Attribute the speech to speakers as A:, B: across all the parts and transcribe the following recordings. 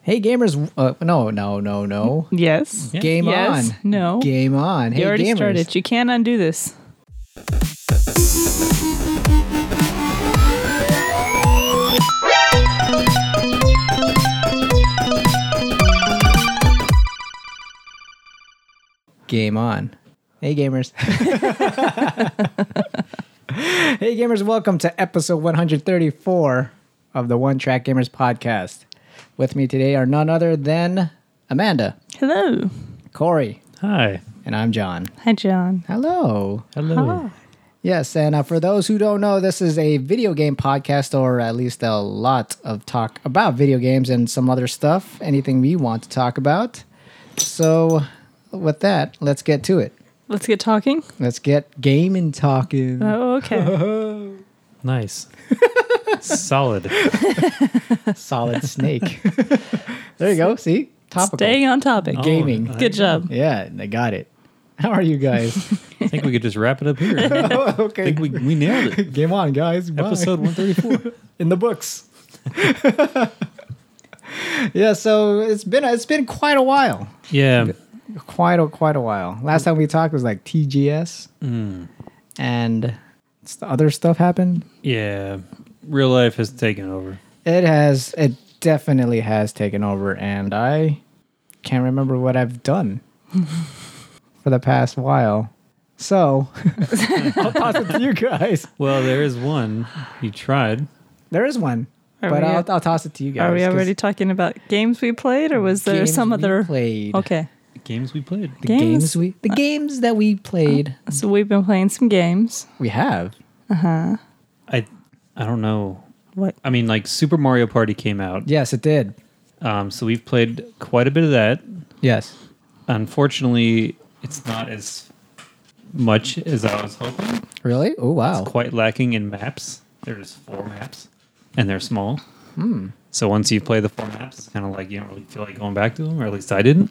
A: Hey gamers! Uh, no, no, no, no.
B: Yes.
A: Game
B: Yes.
A: on.
B: No.
A: Game on.
B: you
A: hey
B: already
A: gamers!
B: started. You can't undo this.
A: Game on. Hey gamers! hey gamers! Welcome to episode 134 of the One Track Gamers podcast. With me today are none other than Amanda,
B: Hello.
A: Corey,
C: Hi.
A: and I'm John.
B: Hi, John.
A: Hello.
C: Hello.
A: Yes, and uh, for those who don't know, this is a video game podcast, or at least a lot of talk about video games and some other stuff, anything we want to talk about. So, with that, let's get to it.
B: Let's get talking.
A: Let's get gaming
C: Hmm.
A: talking.
B: Oh, okay.
C: Nice. Solid.
A: Solid snake. there you go. See, topical
B: Staying on topic.
C: Oh,
A: gaming.
C: I
B: Good job.
A: Yeah, I got it. How are you guys?
C: think we could just wrap it up here. I
A: Oh, okay,
C: think we, we nailed it.
A: game on, guys. Bye.
C: Episode 134.
A: in the books. yeah, so it's been it's been quite a while.
C: Yeah.
A: quite a quite a while. Last time we talked was like TGS, and s- the other stuff happened.
C: Yeah. Real life has taken over.
A: It has it definitely has taken over, and I can't remember what I've done for the past while. So I'll pass it to you guys.
C: Well, there is one you tried.
A: There is one,
B: Are
A: but
B: we
A: I'll,
B: at-
A: I'll toss it to you guys.
B: Are we
A: 'cause
B: already talking about games we played, or was there
A: games
B: some
A: we
B: other?
A: played.
B: Okay.
C: Games we played.
A: The
B: Games?
A: games, we the games that we played
B: So we've been playing some games.
A: we have
C: I I don't know.
B: What?
C: I mean, like Super Mario Party came out.
A: yes it did
C: Um, so we've played quite a bit of that.
A: yes
C: Unfortunately, it's not as much as I was hoping.
A: really oh wow
C: It's quite lacking in maps. There's four maps, and they're small. So once you play the four maps, it's kind of like you don't really feel like going back to them, or at least I didn't.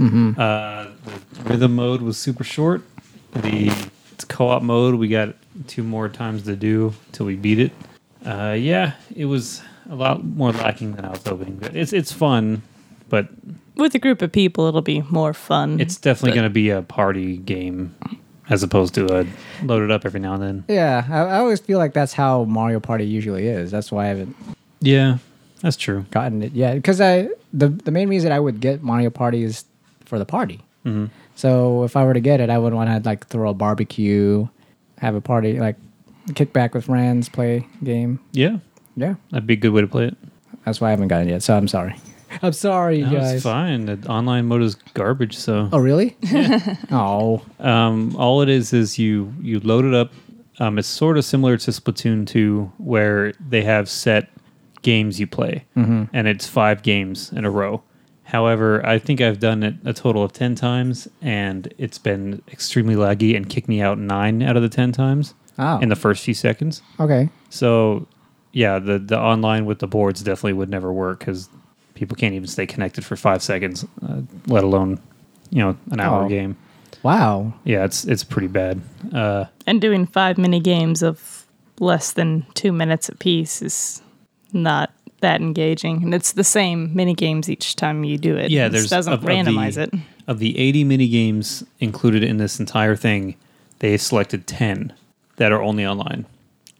C: Uh, the rhythm mode was super short. The co-op mode we got two more times to do till we beat it. Uh, yeah, it was a lot more lacking than I was hoping. But it's it's fun, but
B: With a group of people, it'll be more fun.
C: it's definitely
B: But-
C: going to be a party game as opposed to a loaded up every now and then.
A: Yeah, I, I always feel like that's how Mario Party usually is. That's why I haven't
C: Yeah, that's true.
A: gotten it yet. Because I the the main reason I would get Mario Party is for the party. Mm-hmm. So if I were to get it, I would want to like throw a barbecue, have a party, like kick back with friends, play game.
C: Yeah,
A: Yeah,
C: That'd be a good way to play it.
A: that's why I haven't gotten it yet. So I'm sorry. I'm sorry,
C: No,
A: guys.
C: it's fine. The online mode is garbage. So
A: Oh really? oh,
C: um, all it is is you you load it up. Um, it's sort of similar to Splatoon 2, where they have set games you play,
A: Mm-hmm.
C: and it's five games in a row. However, I think I've done it a total of 10 times, and it's been extremely laggy and kicked me out nine out of the 10 times
A: Oh.
C: in the first few seconds.
A: okay.
C: So, yeah, the the online with the boards definitely would never work because people can't even stay connected for five seconds, uh, let alone you know an hour
A: Oh.
C: game.
A: Wow.
C: Yeah, it's it's pretty bad. Uh,
B: and doing five mini games of less than two minutes apiece is not that engaging and it's the same mini games each time you do it
C: yeah,
B: It
C: there's
B: doesn't
C: of- of the-
B: randomize it
C: Of the 80 mini games included in this entire thing, they selected 10 that are only online.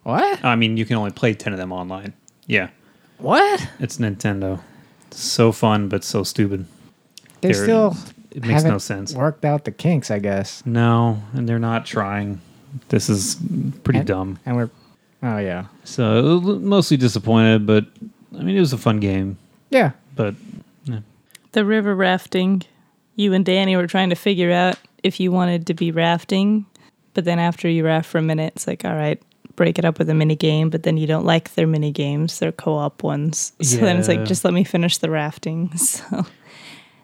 A: What?
C: I mean, you can only play 10 of them online. Yeah,
A: What?
C: it's Nintendo. so fun, but so stupid.
A: They
C: There-
A: still
C: it makes no
A: haven't
C: sense.
A: Worked out the kinks, I guess.
C: No, and they're not trying. This is pretty
A: And-
C: dumb.
A: And we're. Oh yeah.
C: So mostly disappointed, but I mean it was a fun game.
A: Yeah.
C: But
B: the river rafting you and danny were trying to figure out if you wanted to be rafting but then after you raft for a minute it's like all right break it up with a mini game but then you don't like their mini games their co-op ones so then it's
C: Yeah.
B: like just let me finish the rafting so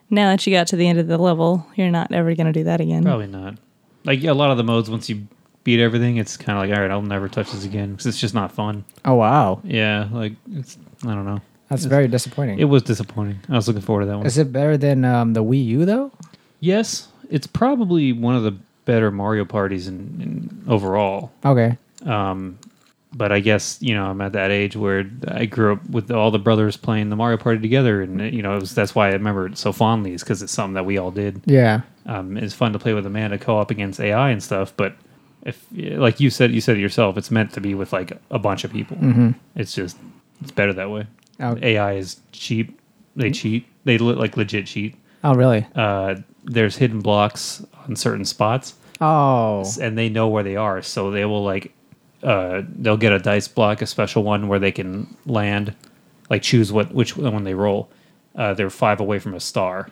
B: now that you got to the end of the level you're not ever going to do that again
C: probably not. Like yeah, a lot of the modes, once you beat everything, it's kind of like all right, I'll never touch this again because it's just not fun.
A: Oh wow.
C: Yeah, like it's I don't know.
A: That's very disappointing.
C: It was disappointing. I was looking forward to that one.
A: Is it better than um, the Wii U though?
C: yes, it's probably one of the better Mario parties in, in overall.
A: Okay.
C: Um, but I guess you know I'm at that age where I grew up with all the brothers playing the Mario Party together, and you know it was, that's why I remember it so fondly is because it's something that we all did.
A: Yeah.
C: Um, it's fun to play with Amanda co-op against AI and stuff, but if like you said, you said it yourself, it's meant to be with like a bunch of people. It's just it's better that way.
A: Oh.
C: AI is cheap. They cheat. They le- like legit cheat.
A: Oh, really?
C: Uh, there's hidden blocks on certain spots
A: Oh.
C: and they know where they are, so they will like uh they'll get a dice block, a special one where they can land, like choose what which one they roll. Uh they're five away from a star.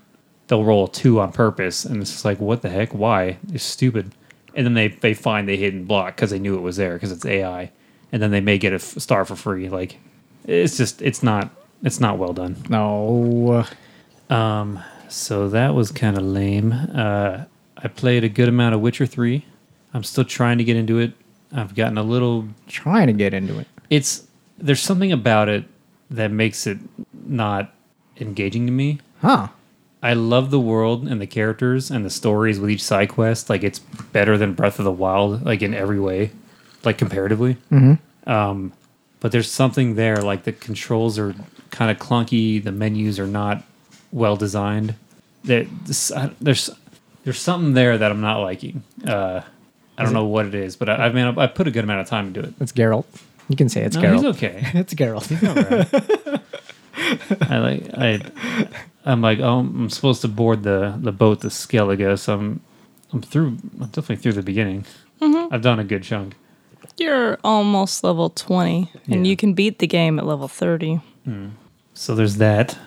C: They'll roll a two on purpose, and it's just like what the heck? Why? It's stupid. And then they they find the hidden block because they knew it was there because it's AI, and then they may get a f- star for free. Like it's just it's not it's not well done.
A: No.
C: Um, so that was kind of lame. Uh, I played a good amount of Witcher 3. I'm still trying to get into it. I've gotten a little.
A: Trying to get into it.
C: It's there's something about it that makes it not engaging to me.
A: Huh.
C: I love the world and the characters and the stories with each side quest. Like it's better than Breath of the Wild, like in every way, like comparatively. Um, but there's something there. Like the controls are kind of clunky. The menus are not well designed. There, this, I, there's there's something there that I'm not liking. Uh, I don't know what it is, but I, I mean, I, I put a good amount of time into it.
A: It's Geralt. You can say it's
C: No, he's
A: Geralt.
C: okay.
A: It's Geralt.
C: All right. I like I I'm like oh I'm supposed to board the the boat to Skellige, so I'm I'm through I'm definitely through the beginning.
B: Mm-hmm.
C: I've done a good chunk.
B: You're almost level 20, and
C: Yeah.
B: you can beat the game at level 30.
C: So there's that.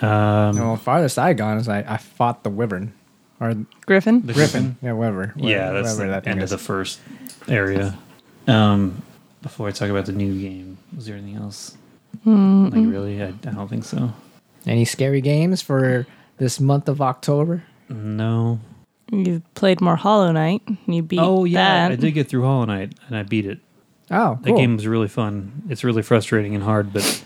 C: Um,
A: well, farthest I gone is I, I fought the Wyvern. Or
B: Griffin?
C: the
A: Griffin. Yeah, Wyvern.
C: Yeah, that's the
A: that thing
C: end
A: is.
C: of the first area. Um, before I talk about the new game, was there anything else? Like really, I, I don't think so.
A: Any scary games for this month of October?
C: No.
B: You played more Hollow Knight, and you beat
C: oh yeah,
B: that.
C: I did get through Hollow Knight and I beat it.
A: Oh,
C: That
A: cool.
C: game was really fun. It's really frustrating and hard, but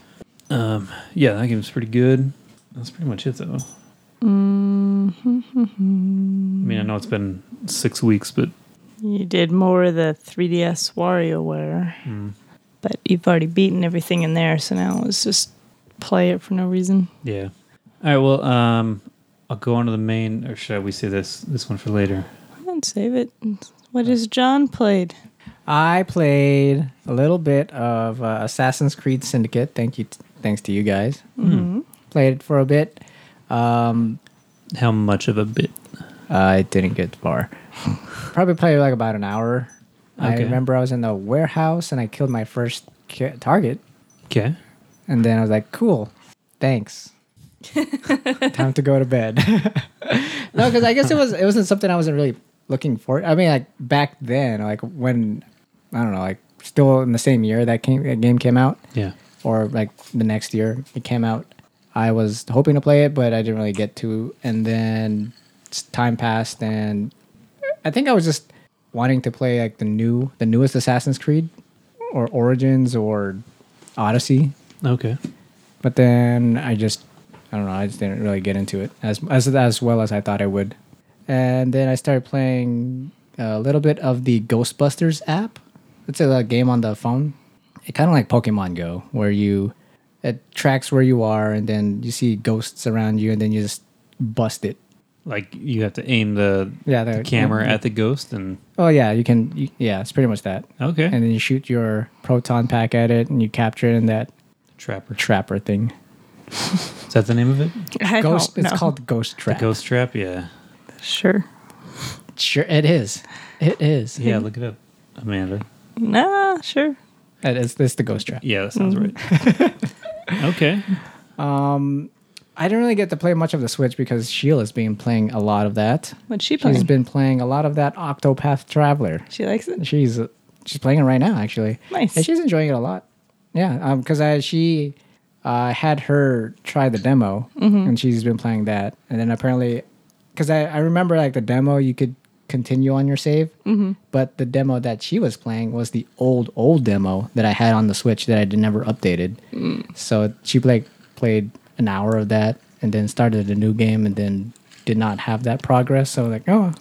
C: um, yeah, that game's pretty good. That's pretty much it, though. I mean, I know it's been six weeks, but
B: You did more of the 3DS WarioWare, but you've already beaten everything in there, so now let's just play it for no reason.
C: yeah. All right, well, um, I'll go on to the main, or should we say this this one for later?
B: And save it. What has John played?
A: I played a little bit of uh, Assassin's Creed Syndicate. Thank you, thanks to you guys. Played it for a bit. Um,
C: How much of a bit?
A: I didn't get far. Probably played like about an hour. I
C: Okay.
A: remember I was in the warehouse and I killed my first ca- target,
C: Okay.
A: and then I was like, "Cool, thanks." Time to go to bed. no, because I guess it was it wasn't something I wasn't really looking for. I mean, like back then, like when I don't know, like still in the same year that came that game came out
C: Yeah.
A: or like the next year it came out. I was hoping to play it, but I didn't really get to. And then s- time passed, and I think I was just wanting to play like the new, the newest Assassin's Creed, or Origins, or Odyssey.
C: Okay.
A: But then I just, I don't know, I just didn't really get into it as as as well as I thought I would. And then I started playing a little bit of the Ghostbusters app. It's a, uh, game on the phone. It kind of like Pokemon Go, where you it tracks where you are, and then you see ghosts around you, and then you just bust it.
C: Like you have to aim the,
A: Yeah,
C: the
A: the-
C: camera at the ghost, and
A: Oh yeah, you can. You, yeah, it's pretty much that.
C: okay,
A: And then you shoot your proton pack at it, and you capture it in that
C: trapper.
A: trapper thing.
C: Is that the name of it?
B: I
A: Ghost.
B: don't
A: It's
B: know.
A: called Ghost Trap.
C: Ghost trap. Yeah.
B: Sure.
A: Sure, it is. It is.
C: Yeah. Look it up, Amanda.
B: Nah, sure.
A: It is. It's the Ghost Trap.
C: Yeah, that sounds right.
B: Mm.
C: okay.
A: I didn't really get to play much of the Switch because Sheila's been playing a lot of that.
B: What's she
A: She's
B: playing?
A: been playing a lot of that Octopath Traveler.
B: she likes it.
A: She's uh, she's playing it right now actually.
B: Nice.
A: And she's enjoying it a lot. Yeah, um, because I she uh, had her try the demo and she's been playing that, and then apparently, because I I remember like the demo you could continue on your save, but the demo that she was playing was the old old demo that I had on the Switch that I did never updated. So she like played an hour of that and then started a new game and then did not have that progress. So like oh,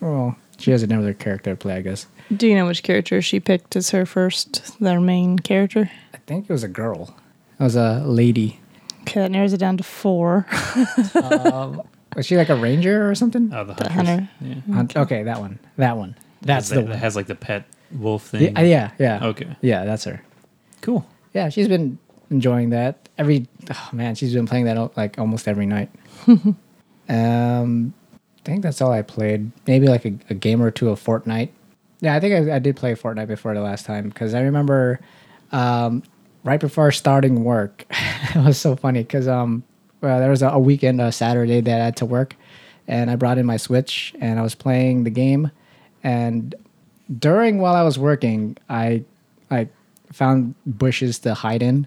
A: well, She has another character to play, I guess.
B: Do you know which character she picked as her first, their main character?
A: I think it was a girl. It was a lady.
B: Okay, that narrows it down to four.
A: Was she like a ranger or something?
C: Oh, the,
B: The
C: hunters.
B: hunter.
C: Yeah.
A: Hunt- okay, that one. That one. That's
C: that,
A: the
C: that
A: one.
C: has like the pet wolf thing.
A: Yeah, yeah, yeah.
C: Okay.
A: Yeah, that's her.
C: Cool.
A: Yeah, she's been enjoying that every. Oh man, she's been playing that al- like almost every night. um, I think that's all I played. Maybe like a, a game or two of Fortnite. Yeah, I think I, I did play Fortnite before the last time because I remember um, right before starting work, it was so funny because um, well, there was a, a weekend, a Saturday that I had to work, and I brought in my Switch and I was playing the game, and during while I was working, I I found bushes to hide in.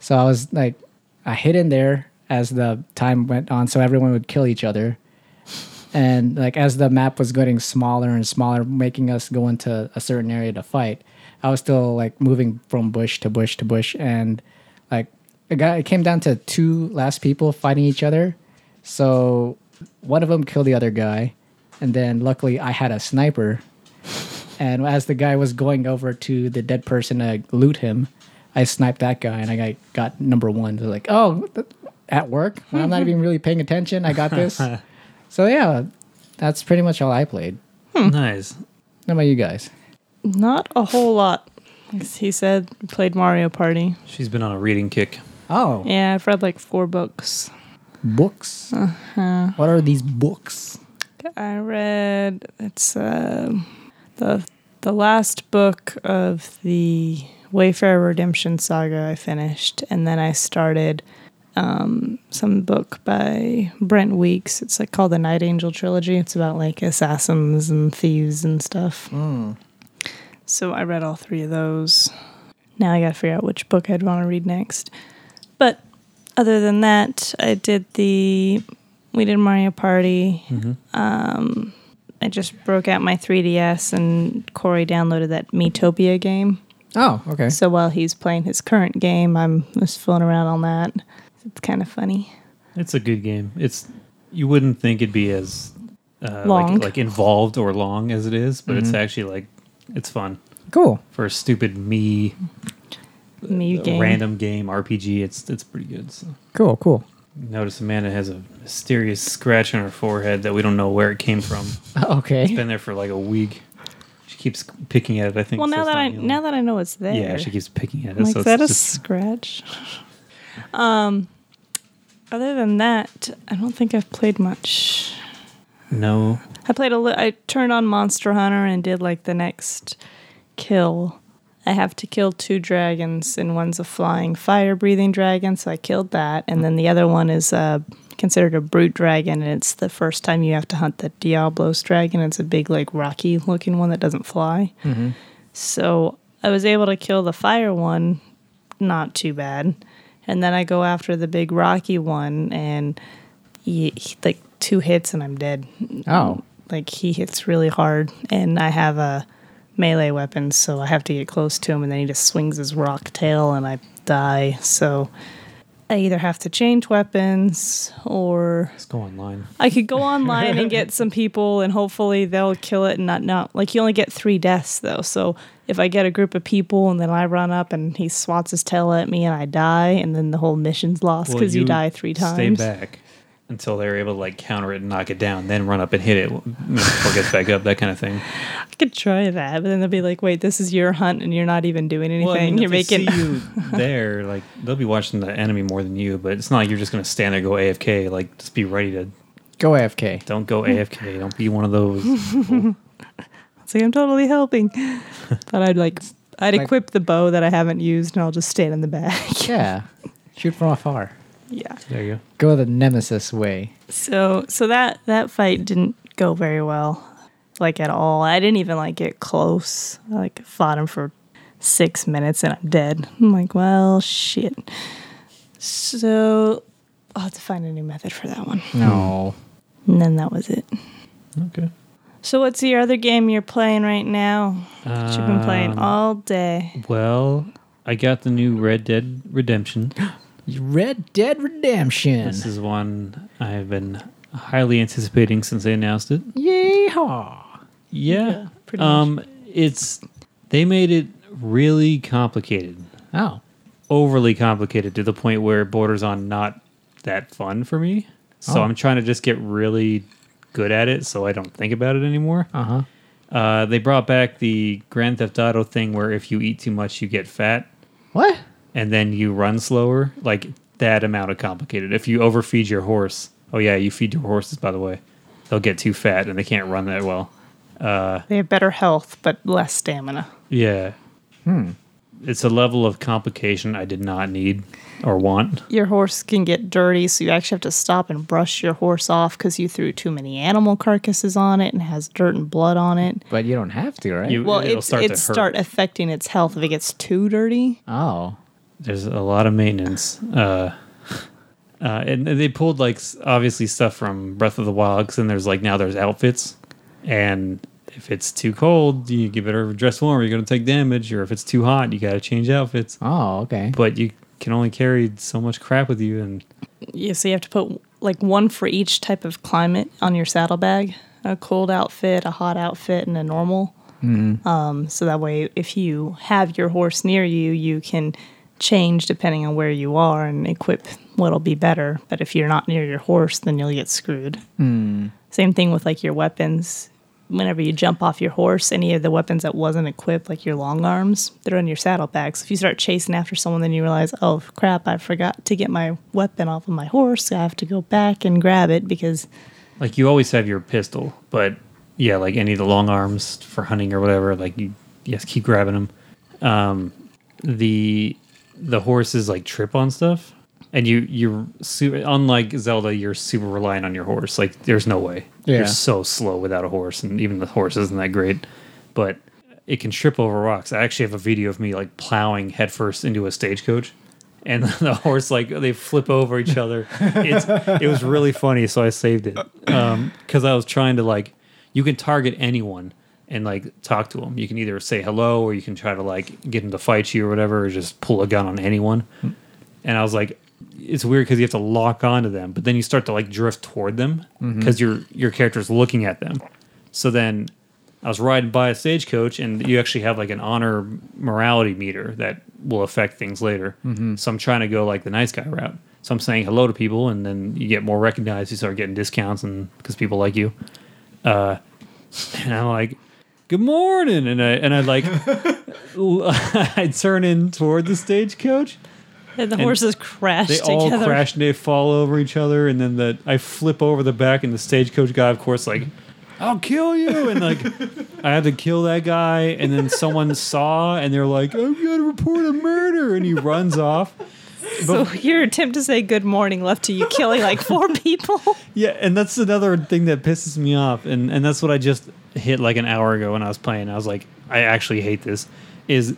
A: So I was like, I hid in there as the time went on, so everyone would kill each other. And like as the map was getting smaller and smaller, making us go into a certain area to fight, I was still like moving from bush to bush to bush, and like it got it came down to two last people fighting each other. So one of them killed the other guy, and then luckily I had a sniper, and as the guy was going over to the dead person to loot him, I sniped that guy and I got, got number one. They're like, oh, th- at work? When I'm not even really paying attention. I got this. so, yeah, that's pretty much all I played.
C: Nice.
A: What about you guys?
B: Not a whole lot. As he said, played Mario Party.
C: She's been on a reading kick.
A: Oh,
B: Yeah, I've read like four books.
A: books. What are these books?
B: I read it's um the the last book of the Wayfarer Redemption saga I finished, and then I started um, some book by Brent Weeks. It's like called the Night Angel trilogy. It's about like assassins and thieves and stuff. So I read all three of those. Now I got to figure out which book I'd want to read next. But other than that, I did the we did Mario Party. I just broke out my 3DS and Corey downloaded that Metopia game.
A: Oh, okay.
B: So while he's playing his current game, I'm just fooling around on that. It's kind of funny.
C: It's a good game. It's you wouldn't think it'd be as uh,
B: Long.
C: like like involved or long as it is, but
A: Mm-hmm.
C: it's actually like it's fun
A: Cool.
C: for a stupid me
B: Me game.
C: random game RPG. It's it's pretty good. So.
A: Cool, cool.
C: Notice Amanda has a mysterious scratch on her forehead that we don't know where it came from.
A: Okay.
C: Been there for like a week. She keeps picking at it. I think.
B: Well,
C: so
B: now
C: it's
B: that
C: not
B: I
C: healing.
B: now that I know it's there,
C: yeah, she keeps picking at it.
B: I'm like
C: so
B: is that a
C: it's just,
B: scratch. um, other than that, I don't think I've played much.
C: no.
B: I played a li- I turned on Monster Hunter and did like the next kill. I have to kill two dragons, and one's a flying fire breathing dragon, so I killed that. And then the other one is uh, considered a brute dragon, and it's the first time you have to hunt the Diablos dragon. It's a big, like, rocky looking one that doesn't fly. So I was able to kill the fire one, not too bad. And then I go after the big rocky one, and he, he- like two hits, and I'm dead
A: Oh,
B: like he hits really hard and i have a melee weapon so i have to get close to him and then he just swings his rock tail and i die so i either have to change weapons or
C: Let's go online.
B: i could go online and get some people and hopefully they'll kill it and not not like you only get three deaths though so if i get a group of people and then i run up and he swats his tail at me and i die and then the whole mission's lost
C: Well,
B: because you, die three times
C: Stay back until they're able to like counter it and knock it down, then run up and hit it you know, before it gets back up. That kind of thing.
B: I could try that, but then they'll be like, "Wait, this is your hunt, and you're not even doing anything. you're making."
C: see you there. Like they'll be watching the enemy more than you, but it's not like you're just gonna stand there go AFK. Like just be ready to.
A: go AFK.
C: Don't go AFK. Don't be one of those. people.
B: It's like I'm totally helping, but I'd like I'd
A: Like-
B: equip the bow that I haven't used, and I'll just stand in the back.
A: Yeah. Shoot from afar.
B: yeah.
C: there you go.
A: Go the nemesis way.
B: So so that that fight didn't go very well, like at all. I didn't even like get close. I like fought him for six minutes, and I'm dead. I'm like, well, shit. So I'll have to find a new method for that one.
A: Hmm. No.
B: And then that was it.
C: Okay.
B: So what's your other game you're playing right now? That you've been playing
C: Um,
B: all day.
C: Well, I got the new Red Dead Redemption.
A: Red Dead Redemption.
C: This is one I've been highly anticipating since they announced it.
A: Yeehaw.
C: Yeah.
B: Yeah, pretty
C: um, It's they made it really complicated,
A: Oh,
C: overly complicated to the point where it borders on not that fun for me. So
A: Oh.
C: I'm trying to just get really good at it, so I don't think about it anymore.
B: Oh.
A: uh huh.
C: Uh, they brought back the Grand Theft Auto thing, where if you eat too much, you get fat,
A: What?
C: and then you run slower. Like that amount of complicated. If you overfeed your horse, oh yeah, you feed your horses. By the way, they'll get too fat and they can't run that well.
B: They have better health, but less stamina.
C: Yeah. Hmm. It's a level of complication I did not need or want.
B: Your horse can get dirty, so you actually have to stop and brush your horse off because you threw too many animal carcasses on it and it has dirt and blood on it.
A: But you don't have to, right?
C: You-
B: Well,
C: It'll
B: it
C: start
B: start,
C: to
B: it
C: hurt.
B: start affecting its health if it gets too dirty.
A: oh,
C: There's a lot of maintenance. Uh, uh, and they pulled like s- obviously stuff from Breath of the Wild, 'cause then there's like now there's outfits, and if it's too cold, you you better dress warm. or You're gonna take damage, or if it's too hot, you gotta change outfits.
A: oh, okay.
C: But you can only carry so much crap with you, and
B: Yeah, so you have to put like one for each type of climate on your saddlebag a cold outfit, a hot outfit, and a normal. Um, so that way, if you have your horse near you, you can change depending on where you are and equip what'll be better. But if you're not near your horse, then you'll get screwed. Same thing with like your weapons. Whenever you jump off your horse, any of the weapons that wasn't equipped, like your long arms, they're in your saddlebags. If you start chasing after someone, then you realize, oh crap, I forgot to get my weapon off of my horse. I have to go back and grab it because
C: like you always have your pistol, but yeah, like any of the long arms for hunting or whatever, like you yes, keep grabbing them. Um, the the horses like trip on stuff, and you you're su- unlike Zelda, you're super reliant on your horse. Like there's no way
A: Yeah.
C: you're so slow without a horse, and even the horse isn't that great, but it can trip over rocks. I actually have a video of me like plowing headfirst into a stagecoach. And the horse, like they flip over each other. It's, it was really funny, so I saved it because I was trying to like you can target anyone and like talk to them. You can either say hello or you can try to like get them to fight you or whatever, or just pull a gun on anyone. And I was like, it's weird because you have to lock onto them, but then you start to like drift toward them because your your character's looking at them. So then I was riding by a stagecoach, and you actually have like an honor morality meter that will affect things later. So I'm trying to go like the nice guy route. So I'm saying hello to people, and then you get more recognized. You start getting discounts, and because people like you, uh, and I'm like, "Good morning," and I and I like, I turn in toward the stagecoach.
B: and the horses crash
C: They all
B: together.
C: crash and they fall over each other, and then the I flip over the back, and the stagecoach guy, of course, like, "I'll kill you," and like, I had to kill that guy, and then someone saw, and they're like, "I'm gonna report a murder," and he runs off.
B: So your attempt to say good morning left to you killing like four people.
C: Yeah, and that's another thing that pisses me off, and and that's what I just hit like an hour ago when I was playing. I was like, I actually hate this. Is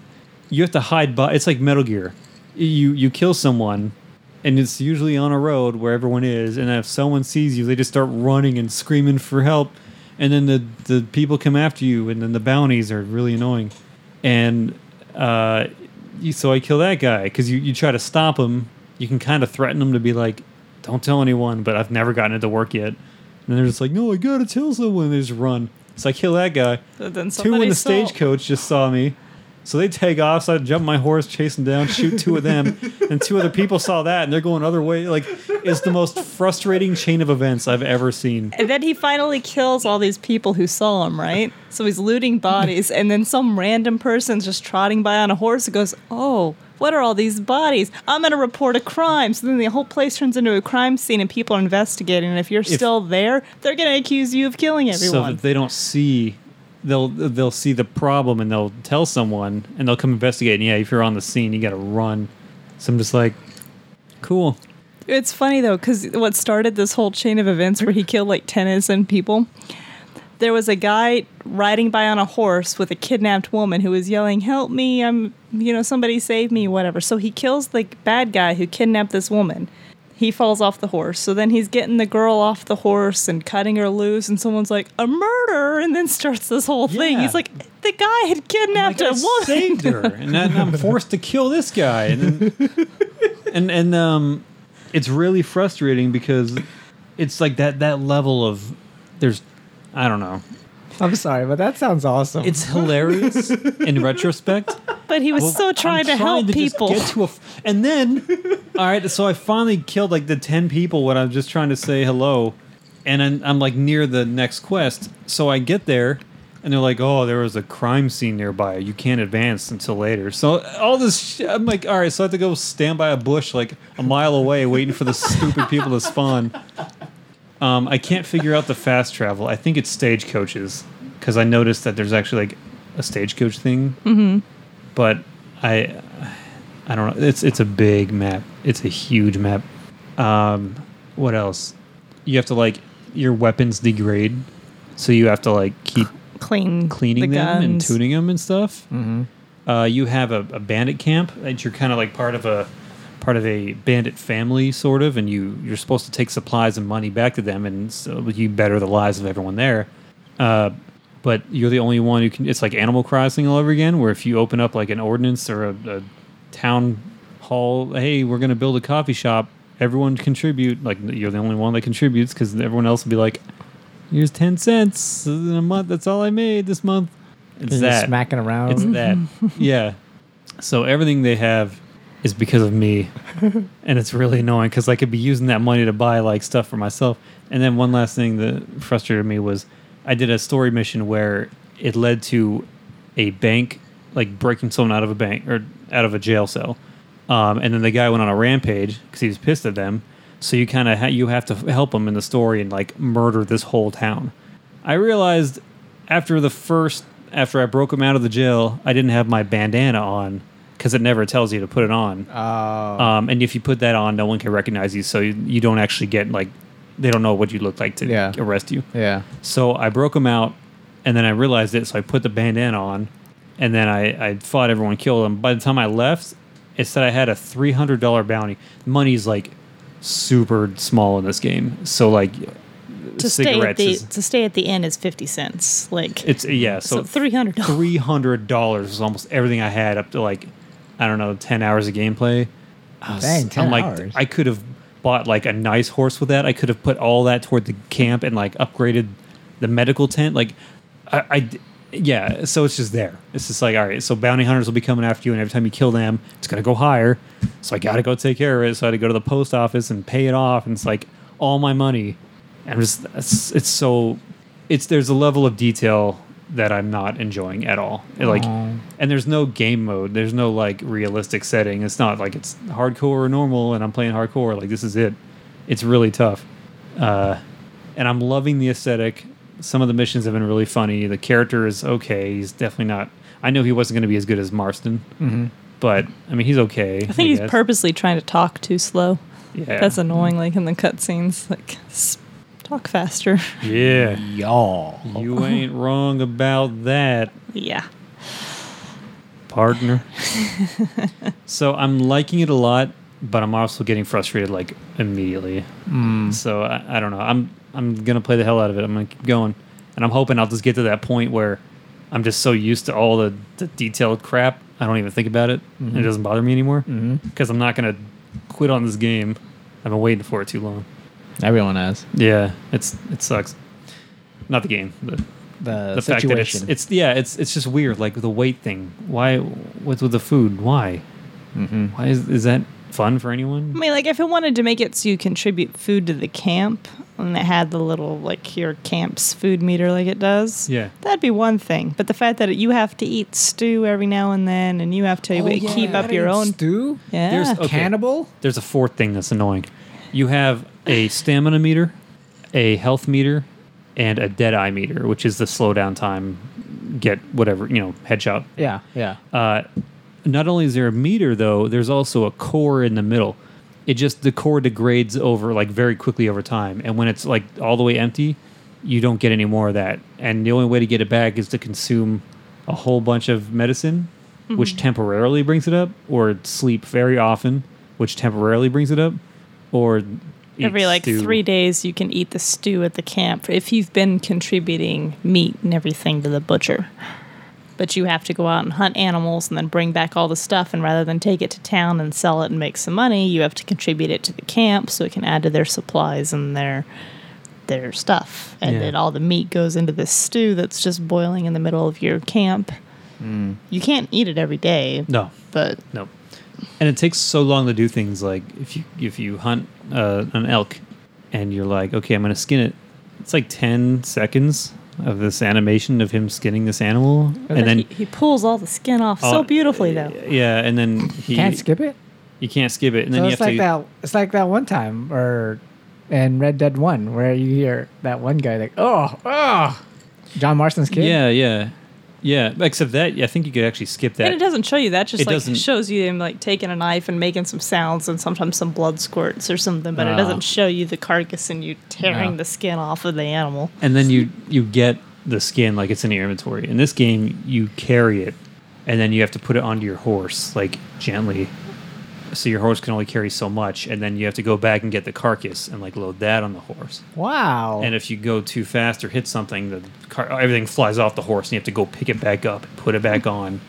C: you have to hide, but it's like Metal Gear. You you kill someone, and it's usually on a road where everyone is, and if someone sees you, they just start running and screaming for help, and then the the people come after you, and then the bounties are really annoying, and uh, you- so I kill that guy because you you try to stop him. You can kind of threaten him to be like, don't tell anyone, but I've never gotten into work yet. And they're just like, no, I gotta tell someone. And they just run. So I kill that guy.
B: But then
C: Two in
B: somebody
C: the
B: saw-
C: stagecoach just saw me. So they take off. So I jump my horse, chase them down, shoot two of them. and two other people saw that and they're going other way. Like, it's the most frustrating chain of events I've ever seen.
B: And then he finally kills all these people who saw him, right? So he's looting bodies, and then some random person's just trotting by on a horse and goes, Oh, what are all these bodies? I'm going to report a crime. So then the whole place turns into a crime scene, and people are investigating. And if you're still there, they're going to accuse you of killing
C: So
B: everyone.
C: that they don't see, they'll they'll see the problem and they'll tell someone and they'll come investigate. And yeah, if you're on the scene, you got to run. So I'm just like, cool.
B: It's funny though, because what started this whole chain of events where he killed like ten innocent people, there was a guy riding by on a horse with a kidnapped woman who was yelling, "Help me! I'm, you know, somebody save me!" Whatever. So he kills the bad guy who kidnapped this woman. He falls off the horse. So then he's getting the girl off the horse and cutting her loose, and someone's like, "A murder!" and then starts this whole thing.
C: Yeah. Oh
B: He's like, "The guy had kidnapped
C: I
B: a woman."
C: saved her, and then I'm forced to kill this guy. And then, and and um, it's really frustrating because it's like that that level of there's, I don't know.
A: I'm sorry, but that sounds awesome.
D: It's hilarious in retrospect.
B: But he was
D: Well,
B: so
D: I'm
B: trying to help
D: just
B: people.
D: get to a f-
C: And then, all right, so I finally killed like the 10 people when I'm just trying to say hello. And I'm, I'm like near the next quest. So I get there and they're like, oh, there was a crime scene nearby. You can't advance until later. So all this, sh- I'm like, all right, so I have to go stand by a bush like a mile away waiting for the stupid people to spawn. Um, I can't figure out the fast travel. I think it's stagecoaches because I noticed that there's actually like a stagecoach thing. Mm-hmm. But I, I don't know. It's it's a big map. It's a huge map. Um, what else? You have to like your weapons degrade, so you have to like keep
B: clean
C: cleaning
B: the
C: them
B: guns.
C: and tuning them and stuff. Uh, you have a, a bandit camp that you're kind of like part of a part of a bandit family, sort of, and you you're supposed to take supplies and money back to them, and so you better the lives of everyone there. Uh, but you're the only one who can. It's like Animal Crossing all over again, where if you open up like an ordinance or a, a town hall, hey, we're gonna build a coffee shop. Everyone contribute. Like you're the only one that contributes because everyone else will be like, "Here's ten cents in a month. That's all I made this month." It's
A: You're just
C: that
A: smacking around.
C: it's that. Yeah. So everything they have is because of me. and it's really annoying because I could be using that money to buy like stuff for myself. And then one last thing that frustrated me was I did a story mission where it led to a bank, like breaking someone out of a bank or out of a jail cell. Um, and then the guy went on a rampage because he was pissed at them. So you kind of ha- you have to f- help him in the story and like murder this whole town. I realized after the first after I broke him out of the jail, I didn't have my bandana on because it never tells you to put it on.
A: Oh,
C: Um, and if you put that on, no one can recognize you, so you, you don't actually get like they don't know what you look like to
A: Yeah.
C: arrest you.
A: yeah.
C: So I broke him out, and then I realized it. So I put the bandana on, and then I, I fought everyone, killed them. By the time I left, it said I had a three hundred dollar bounty. Money's like super small in this game, so like
B: to stay at
C: cigarettes.
B: the
C: is,
B: to stay at the inn is fifty cents. Like
C: it's yeah, so,
B: so three hundred dollars.
C: three hundred dollars was almost everything I had up to like I don't know ten hours of gameplay. I was,
A: Dang, 10
C: I'm like
A: hours.
C: I could have bought like a nice horse with that. I could have put all that toward the camp and like upgraded the medical tent. Like I, I d- yeah. So it's just there. It's just like all right. So bounty hunters will be coming after you, and every time you kill them, it's gonna go higher. So I gotta go take care of it. So I had to go to the post office and pay it off, and it's like all my money. I'm just it's, it's so it's there's a level of detail that I'm not enjoying at all. It, like and there's no game mode. There's no like realistic setting. It's not like it's hardcore or normal and I'm playing hardcore like this is it. It's really tough. Uh and I'm loving the aesthetic. Some of the missions have been really funny. The character is okay. He's definitely not I know he wasn't going to be as good as Marston. But I mean, he's okay.
B: I think he's purposely trying to talk too slow.
C: Yeah.
B: That's annoying. Like in the cutscenes, like s- talk faster.
C: yeah.
A: Y'all.
C: You ain't wrong about that.
B: yeah,
C: partner. so I'm liking it a lot, but I'm also getting frustrated like immediately.
A: Mm.
C: So I, I don't know. I'm I'm gonna play the hell out of it. I'm gonna keep going, and I'm hoping I'll just get to that point where I'm just so used to all the, the detailed crap I don't even think about it. and It doesn't bother me anymore because I'm not gonna quit on this game. I've been waiting for it too long.
A: Everyone has
C: Yeah, it's it sucks. Not the game, but
A: the,
C: the fact
A: uh, situation.
C: that it's, it's yeah it's it's just weird like the weight thing why what's with the food why why is, is that fun for
B: I
C: anyone
B: mean, like if it wanted to make it so you contribute food to the camp, and it had the little like your camp's food meter, like it does.
C: yeah
B: That'd be one thing, but the fact that you have to eat stew every now and then, and you have
A: Oh,
B: to keep up your own.
A: stew.
B: Yeah,
C: There's Okay.
A: Cannibal.
C: there's a fourth thing that's annoying you have a stamina meter a health meter and a dead eye meter which is the slowdown time get whatever you know headshot
A: Yeah, yeah.
C: uh, not only is there a meter though there's also a core in the middle it just the core degrades over like very quickly over time and when it's like all the way empty you don't get any more of that and the only way to get it back is to consume a whole bunch of medicine
B: Mm-hmm.
C: which temporarily brings it up or sleep very often which temporarily brings it up or eat
B: Every like
C: stew.
B: three days, you can eat the stew at the camp if you've been contributing meat and everything to the butcher. But you have to go out and hunt animals and then bring back all the stuff. And rather than take it to town and sell it and make some money, you have to contribute it to the camp so it can add to their supplies and their their stuff, and
C: Yeah.
B: then all the meat goes into this stew that's just boiling in the middle of your camp.
C: Mm.
B: You can't eat it every day,
C: No,
B: but
C: no. And it takes so long to do things like if you if you hunt uh, an elk and you're like, okay, I'm gonna skin it. It's like ten seconds of this animation of him skinning this animal, and then
B: he, he pulls all the skin off
C: Oh,
B: so beautifully, though.
C: yeah, and then he
A: You can't skip it.
C: You can't skip it, and
A: So
C: then you
A: it's
C: have
A: like
C: to.
A: that. It's like that one time or in Red Dead One where you hear that one guy like, oh, oh, John Marston's kid.
C: Yeah, yeah, yeah. Except that, I think you could actually skip that.
B: And it doesn't show you that; just
C: It
B: like
C: doesn't-
B: shows you him like taking a knife and making some sounds, and sometimes some blood squirts or something. But it
C: Ah.
B: doesn't show you the carcass and you tearing
C: No.
B: the skin off of the animal.
C: and then you you get the skin like it's in your inventory. In this game, you carry it, and then you have to put it onto your horse like gently. So your horse can only carry so much, and then you have to go back and get the carcass and like load that on the horse.
A: Wow.
C: And if you go too fast or hit something, the car, everything flies off the horse, and you have to go pick it back up, put it back on,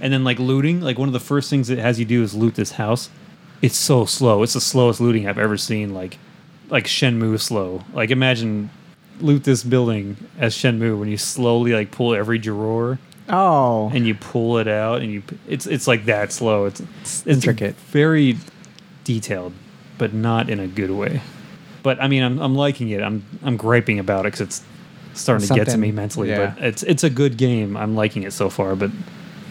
C: and then like looting. Like one of the first things it has you do is loot this house. It's so slow. It's the slowest looting I've ever seen. Like, like Shenmue slow. Like imagine loot this building as Shenmue when you slowly like pull every drawer
A: oh,
C: and you pull it out and you it's it's like that slow. It's it's
A: Intricate.
C: very detailed, but not in a good way. But I mean, I'm I'm liking it. I'm I'm griping about it because it's starting to get to
A: Something-
C: me mentally.
A: yeah.
C: But it's it's a good game. I'm liking it so far. But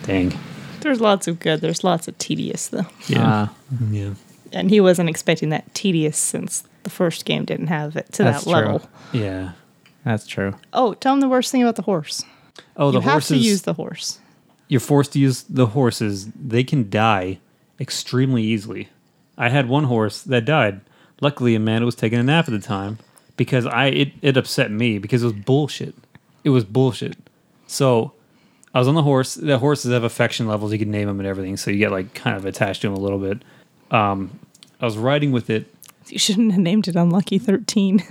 C: dang,
B: There's lots of good. There's lots of tedious though.
C: yeah,
A: Ah.
C: yeah,
B: and he wasn't expecting that tedious since the first game didn't have it to
A: That's
B: that level.
A: true.
C: yeah.
A: that's true.
B: Oh, tell him the worst thing about the horse.
C: Oh,
B: you
C: the
B: have
C: horses.
B: to use the horse.
C: you're forced to use the horses. They can die extremely easily. I had one horse that died. Luckily, Amanda was taking a nap at the time because I it, it upset me because it was bullshit. It was bullshit. So I was on the horse. The horses have affection levels. You can name them and everything. So you get like kind of attached to them a little bit. Um, I was riding with it.
B: You shouldn't have named it Unlucky 13.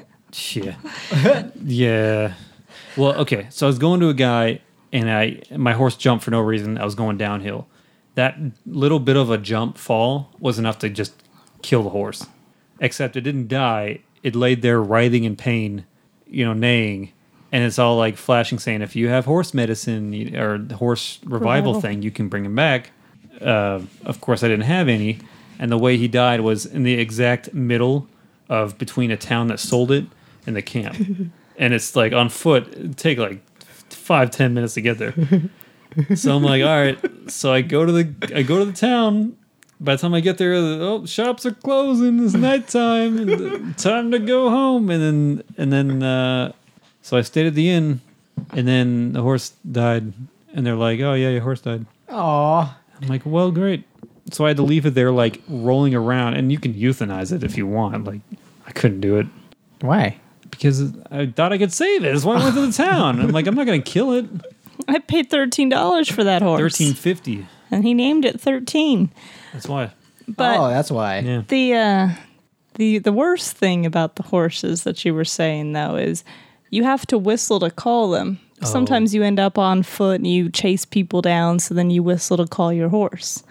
C: Yeah. yeah. Well, okay. So I was going to a guy and I my horse jumped for no reason. I was going downhill. That little bit of a jump fall was enough to just kill the horse. Except it didn't die. It laid there writhing in pain, you know, neighing. And it's all like flashing saying if you have horse medicine you- or the horse revival,
B: Revival.
C: thing, you can bring him back. Uh, of course, I didn't have any. And the way he died was in the exact middle of between a town that sold it and the camp. and it's like on foot, it'd take like five, ten minutes to get there. so I'm like, all right. So I go to the I go to the town. By the time I get there, the- oh, shops are closing. It's nighttime. and time to go home. And then and then uh, so I stayed at the inn, and then the horse died. And they're like, oh yeah, your horse died.
A: Oh,
C: I'm like, well, great. So I had to leave it there, like rolling around, and you can euthanize it if you want. Like, I couldn't do it
A: why?
C: because I thought I could save it. That's why I went to the town. I'm like, I'm not gonna kill it.
B: I paid $13 for that horse.
C: Thirteen fifty.
B: And he named it 13.
C: That's why.
B: But
A: oh, that's why.
C: Yeah.
B: the uh, the the worst thing about the horses that you were saying though is you have to whistle to call them. Sometimes you end up on foot and you chase people down, so then you whistle to call your horse.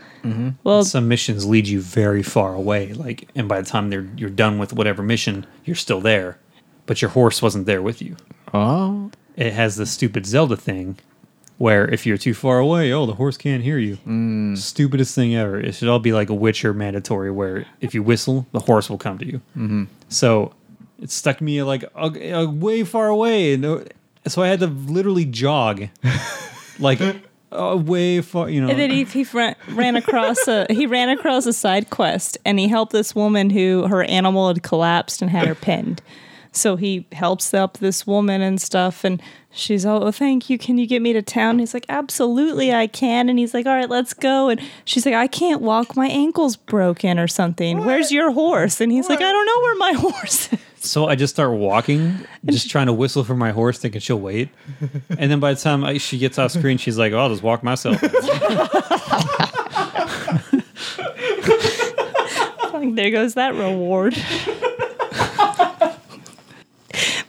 B: Well,
C: Some missions lead you very far away. Like, and by the time they're you're done with whatever mission, you're still there, but your horse wasn't there with you.
A: Oh,
C: It has the stupid Zelda thing, where if you're too far away, oh, the horse can't hear you. Stupidest thing ever. It should all be like a Witcher mandatory, where if you whistle, the horse will come to you. Mm-hmm. So it stuck me like a, a way far away, and uh, so I had to literally jog, like. Uh, way far, you know.
B: And then he, he ran, ran across a he ran across a side quest, and he helped this woman who her animal had collapsed and had her pinned. So he helps up this woman and stuff, and she's oh thank you. Can you get me to town? He's like absolutely I can, and he's like all right let's go. And she's like I can't walk, my ankle's broken or something. Where's your horse? And he's like I don't know where my horse is.
C: So I just start walking, just trying to whistle for my horse, thinking she'll wait. And then by the time I, she gets off screen, she's like, "Oh, I'll just walk myself."
B: Like, there goes that reward.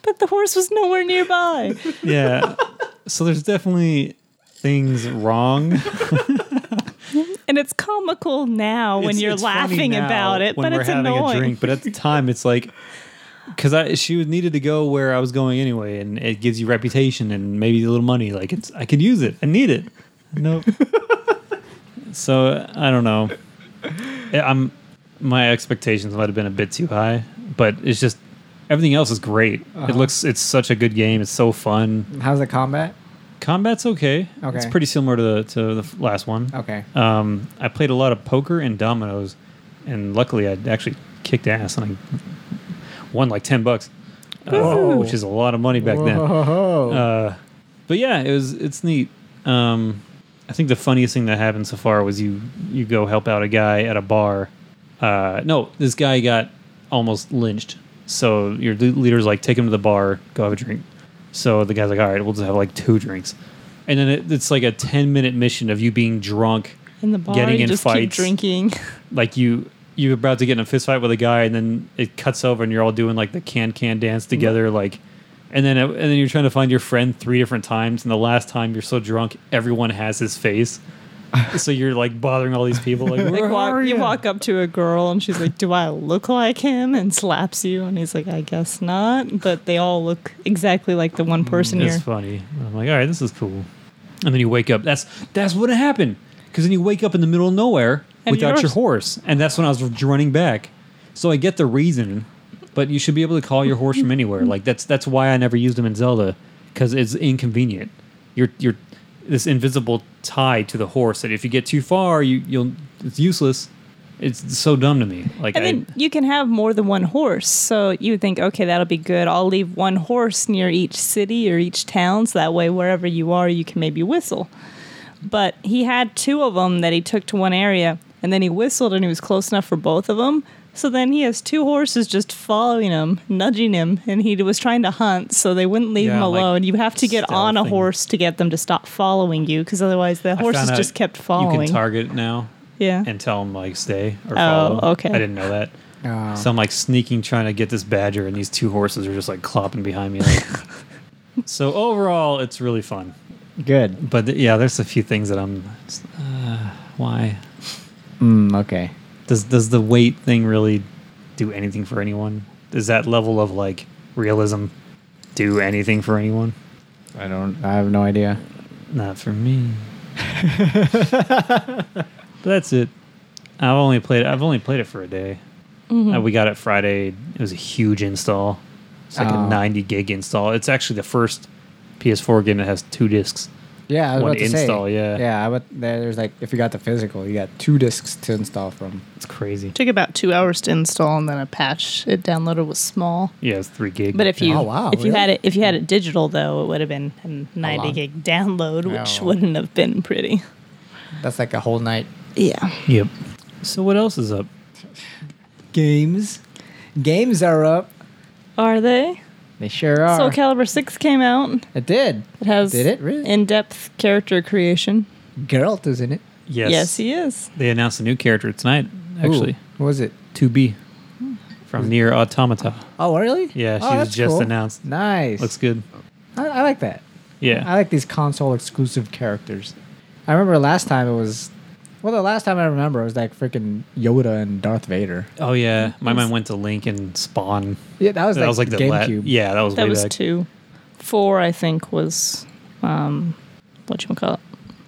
B: but the horse was nowhere nearby.
C: yeah. So there's definitely things wrong.
B: And it's comical now when
C: It's-
B: you're
C: it's funny
B: laughing
C: now
B: about it,
C: when
B: but
C: we're
B: it's
C: having
B: annoying.
C: a drink. But at the time, it's like, because I she needed to go where I was going anyway, and it gives you reputation and maybe a little money. Like it's, I could use it. I need it. Nope. so I don't know. I- I'm my expectations might have been a bit too high, but it's just everything else is great. It looks it's such a good game. It's so fun.
A: How's the combat?
C: Combat's okay. It's
A: Okay.
C: pretty similar to the to the last one.
A: Okay.
C: Um, I played a lot of poker and dominoes, and luckily I actually kicked ass and I won like ten bucks, uh,
A: Whoa.
C: which is a lot of money back
A: Whoa.
C: then. Uh, but yeah, it was it's neat. Um, I think the funniest thing that happened so far was you you go help out a guy at a bar. Uh, no, this guy got almost lynched. So your le- leader's like, take him to the bar, go have a drink. So the guy's like, all right, we'll just have like two drinks. And then it, it's like a 10 minute mission of you being drunk
B: In the bar,
C: Getting
B: you
C: in
B: just keep
C: fights.
B: drinking.
C: like you you're about to get in a fist fight with a guy and then it cuts over and you're all doing like the can can dance together like and then and then you're trying to find your friend three different times and the last time you're so drunk everyone has his face so you're like bothering all these people like,
B: Like
C: "Where are
B: walk, you
C: ya?"
B: walk up to a girl and she's like, "Do I look like him?" and slaps you, and he's like, "I guess not." But they all look exactly like the one person
C: Mm, it's
B: you're.
C: funny i'm like all right this is cool and then you wake up that's that's what happened because then you wake up in the middle of nowhere
B: And
C: without your
B: yours-
C: horse and that's when i was running back so i get the reason but you should be able to call your horse from anywhere like that's that's why i never used him in zelda because it's inconvenient you're you're this invisible tie to the horse that if you get too far you you'll it's useless it's so dumb to me like
B: And
C: I-
B: then you can have more than one horse, so you would think, okay, that'll be good. I'll leave one horse near each city or each town, so that way wherever you are, you can maybe whistle. But he had two of them that he took to one area, and then he whistled, and he was close enough for both of them. So then he has two horses just following him, nudging him, and he was trying to hunt, so they wouldn't leave
C: Yeah,
B: him
C: like
B: alone. you have to get on a
C: stealthing.
B: horse to get them to stop following you, because otherwise the
C: I
B: horses
C: found out
B: just kept following.
C: you can target now
B: yeah.
C: and tell him like stay or follow.
B: okay.
C: I didn't know that.
A: Oh.
C: So I'm like sneaking trying to get this badger, and these two horses are just like clopping behind me. Like. so overall, it's really fun.
A: Good.
C: But th- yeah, there's a few things that I'm. Uh, why
A: Mm, okay.
C: does does the weight thing really do anything for anyone? Does that level of like realism do anything for anyone?
A: I don't. I have no idea.
C: Not for me. but that's it. I've only played. I've only played it for a day.
B: Mm-hmm.
C: Uh, we got it Friday. It was a huge install. It's like
A: Oh.
C: a 90 gig install. It's actually the first PS4 game that has two discs.
A: Yeah, I was
C: One
A: about to
C: install,
A: say.
C: yeah.
A: Yeah, I would. there- There's like if you got the physical, you got two discs to install from.
C: It's crazy.
B: took about two hours to install and then a patch it downloaded was small
C: Yeah, it's three gig.
B: but if you
A: Oh, wow,
B: if you
A: really?
B: had it if you had it digital though it would have been a 90
A: lot.
B: gig download which
A: No.
B: wouldn't have been pretty
A: That's like a whole night.
B: yeah
C: Yep. So what else is up?
A: Games. Games are up.
B: are they
A: They sure are.
B: soul calibur 6 came out
A: It did.
B: it has
A: Did it really?
B: in-depth character creation
A: Geralt is in it.
C: Yes.
B: yes he is
C: They announced a new character tonight. Actually,
A: Ooh, what was it?
C: to be from Near Automata.
A: Oh, really?
C: Yeah,
A: Oh,
C: she was
A: that's
C: just
A: cool.
C: announced.
A: Nice.
C: Looks good.
A: I, I like that.
C: Yeah.
A: I like these console exclusive characters. I remember last time it was. Well, the last time I remember it was like freaking Yoda and Darth Vader.
C: Oh yeah, my mind went to Link and Spawn.
A: Yeah, that was
C: That
A: like,
C: was like the la-
A: GameCube.
C: yeah, that was
B: that
C: way
B: was
C: back.
B: two four i think was um what you call it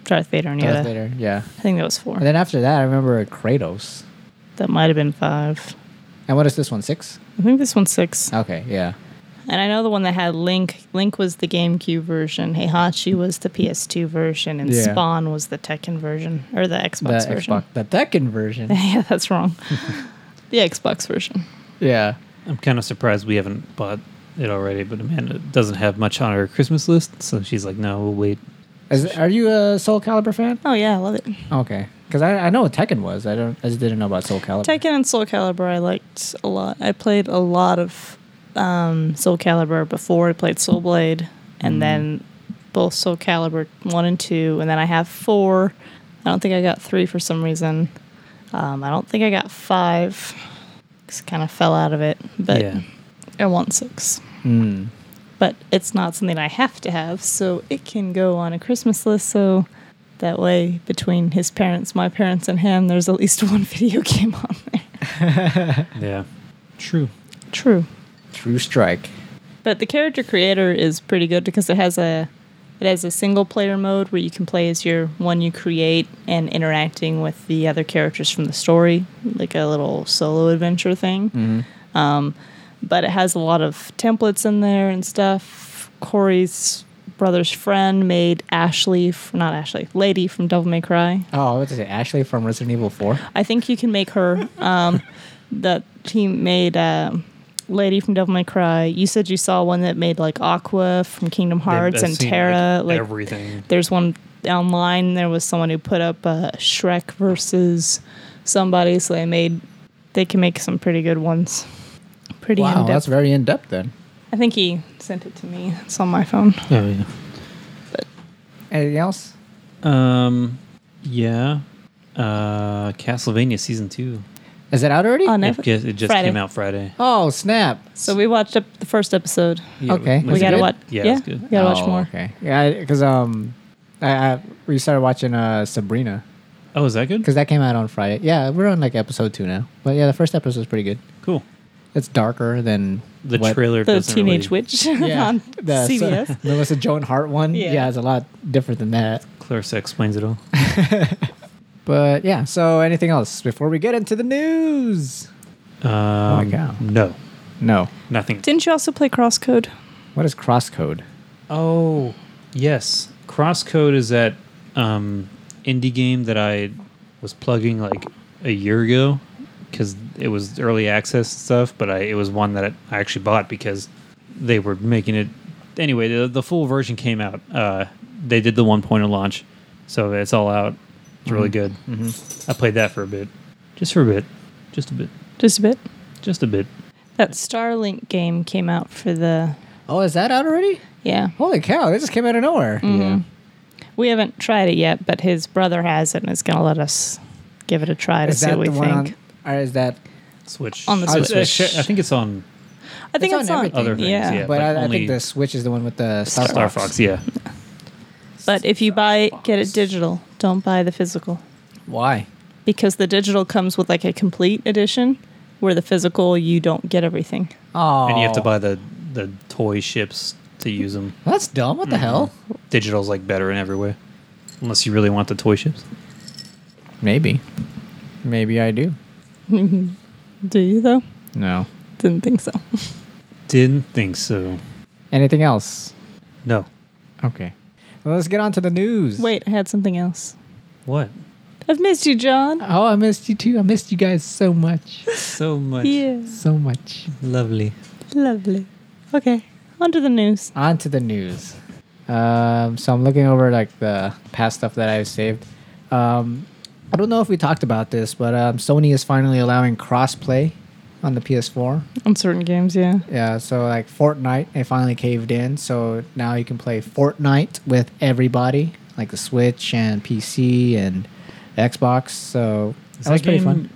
B: darth vader and
A: Darth
B: Yoda.
A: Vader. Yeah.
B: i think that was four
A: And then after that, I remember Kratos.
B: that might have been five
A: And what is this one? Six?
B: i think this one's six
A: Okay, yeah.
B: And I know the one that had Link. Link was the GameCube version. Heihachi was the PS2 version, and
A: Yeah.
B: Spawn was the Tekken version or the
A: The
B: Xbox version.
A: Xbox, the Tekken version.
B: yeah, that's wrong. the Xbox version.
A: yeah.
C: I'm kind of surprised we haven't bought it already, but Amanda doesn't have much on her Christmas list, so she's like, "No, we'll wait."
A: Is, are you a Soul Calibur fan?
B: Oh yeah, I love it.
A: Okay, because I, I know what Tekken was. I don't. I just didn't know about Soul Calibur.
B: Tekken and Soul Calibur I liked a lot. I played a lot of um, Soul Calibur before I played Soul Blade, and
C: Mm.
B: then both Soul Calibur one and two, and then I have four. I don't think I got three for some reason. Um, I don't think I got five. Just kind of fell out of it, but
C: yeah,
B: I want six.
A: Mm.
B: But it's not something I have to have, so it can go on a Christmas list. So that way, between his parents, my parents, and him, there's at least one video game on there.
C: yeah, true.
B: True.
A: True Strike.
B: But the character creator is pretty good because it has a it has a single player mode where you can play as your one you create and interacting with the other characters from the story, like a little solo adventure thing. Um, but it has a lot of templates in there and stuff. Corey's brother's friend made Ashley, f- not Ashley, Lady from Devil May Cry.
A: Oh, what is it? Ashley from Resident Evil 4?
B: I think you can make her. Um, that he made um Lady from Devil May Cry. You said you saw one that made like Aqua from Kingdom Hearts
C: I've
B: and
C: seen,
B: Terra. Like,
C: everything.
B: there's one online. There was someone who put up uh, Shrek versus somebody, so they made they can make some pretty good ones. Pretty
A: Wow,
B: in
A: that's
B: depth.
A: very in depth then.
B: I think he sent it to me. It's on my phone.
C: Oh yeah.
A: Anything else?
C: Um, yeah. Uh, Castlevania season two.
A: Is it out already?
B: On
C: It
B: Netflix.
C: just, it just
B: Friday.
C: came out Friday.
A: oh, snap.
B: So we watched up the first episode.
C: Yeah,
A: Okay.
C: was
B: we
C: it
B: gotta
C: good?
B: watch.
C: Yeah,
B: yeah
C: it was good.
B: we gotta watch
A: Oh,
B: more.
A: Okay. Yeah, because um, I, I we started watching uh Sabrina
C: Oh, is that good?
A: because that came out on Friday. Yeah, we're on like episode two now. But yeah, the first episode was pretty good.
C: Cool.
A: It's darker than
C: The
A: what-
C: trailer.
B: The
C: doesn't
B: Teenage
C: really,
B: Witch
A: Yeah,
B: on
A: the- uh,
B: CBS.
A: So, Melissa Joan Hart one.
B: Yeah.
A: yeah, it's a lot different than that.
C: Clarissa explains it all.
A: But yeah, so anything else before we get into the news?
C: Um, oh
A: cow.
C: No,
A: No.
C: nothing.
B: Didn't you also play Crosscode?
A: What is crosscode?
C: Oh, yes. Crosscode is that um, indie game that I was plugging like a year ago because it was early access stuff, but I, it was one that I actually bought because they were making it. Anyway, the, the full version came out. Uh, they did the 1.0 launch, so it's all out. It's
A: Mm-hmm.
C: really good. I played that for a bit. Just for a bit. Just a bit.
B: Just a bit.
C: Just a bit.
B: That Starlink game came out for the
A: Oh, is that out already?
B: yeah.
A: Holy cow! It just came out of nowhere.
B: Mm-hmm.
C: Yeah.
B: We haven't tried it yet, but his brother has it and is going to let us give it a try to
A: Is
B: see
A: that
B: what we
A: the one?
B: think.
A: On, or is that?
C: Switch.
B: On the
C: Oh, it's-
B: Switch.
C: it's- I think it's on
B: I think
A: It's
B: it's,
A: on
B: on,
A: everything.
C: Other things,
B: yeah.
C: yeah.
A: but
C: like
A: I, I
C: only-
A: think the Switch is the one with the Star,
C: Star
A: Fox.
C: Fox yeah.
B: But if you buy it, get it digital. Don't buy the physical
A: Why?
B: because the digital comes with like a complete edition, where the physical you don't get everything.
A: Oh,
C: and you have to buy the the toy ships to use them.
A: That's dumb.
C: Mm-hmm.
A: What the hell?
C: Digital's like better in every way, unless you really want the toy ships.
A: Maybe. Maybe I do.
B: Do you though?
A: No.
B: Didn't think so.
C: Didn't think so.
A: Anything else?
C: No.
A: Okay. Well, let's get on to the news.
B: Wait, I had something else.
C: What?
B: I've missed you, John.
A: Oh, I missed you too. I missed you guys so much.
C: So much.
B: Yeah,
A: so much.
C: Lovely.
B: lovely. Okay, on to the news.
A: On to the news. Um, so I'm looking over like the past stuff that I've saved. Um, I don't know if we talked about this, but um, Sony is finally allowing crossplay on the PS4.
B: On certain games, yeah.
A: Yeah, so like Fortnite, it finally caved in. So now you can play Fortnite with everybody, like the Switch and PC and Xbox. So
C: Is
A: that was pretty fun.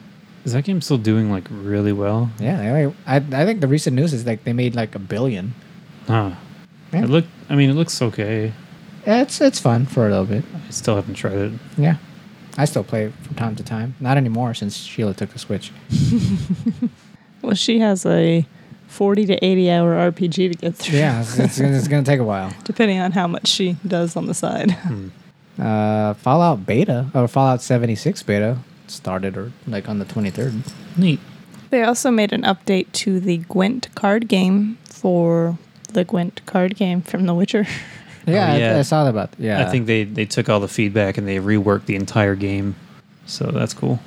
C: Is that game still doing like really well?
A: Yeah, I, I I think the recent news is like they made like a billion.
C: Huh.
A: Yeah.
C: It look. I mean, it looks okay.
A: It's it's fun for a little bit.
C: I still haven't tried it.
A: Yeah, I still play it from time to time. Not anymore since Sheila took the Switch.
B: Well, she has a 40 to 80 hour RPG to get through.
A: Yeah, it's, it's, gonna- it's gonna take a while.
B: Depending on how much she does on the side.
C: Hmm.
A: Uh, Fallout beta or Fallout seventy six beta started or like on the twenty third.
C: Neat.
B: They also made an update to the Gwent card game for the Gwent card game from The Witcher.
A: Yeah,
C: Oh, yeah.
A: I, I saw about. Yeah,
C: I think they they took all the feedback and they reworked the entire game. So that's cool.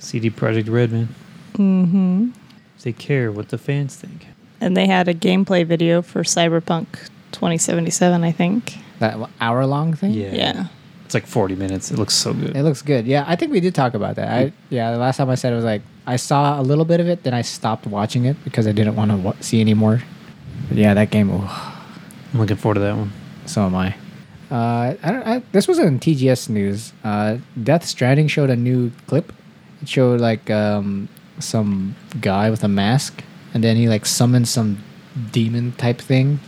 C: CD Project Red, man. Mm-hmm. They care what the fans think.
B: And they had a gameplay video for Cyberpunk 2077, I think.
A: that hour long thing.
B: Yeah.
C: It's like 40 minutes. It looks so good.
A: It looks good. Yeah, I think we did talk about that.
C: Mm.
A: I yeah, the last time I said it was like I saw a little bit of it, then I stopped watching it because I didn't want to wa- see anymore. But yeah, that game. ooh,
C: I'm looking forward to that one.
A: so am I. Uh, I, don't, I. This was in TGS news. Uh, Death Stranding showed a new clip. It showed like um, some guy with a mask, and then he like summoned some demon type thing,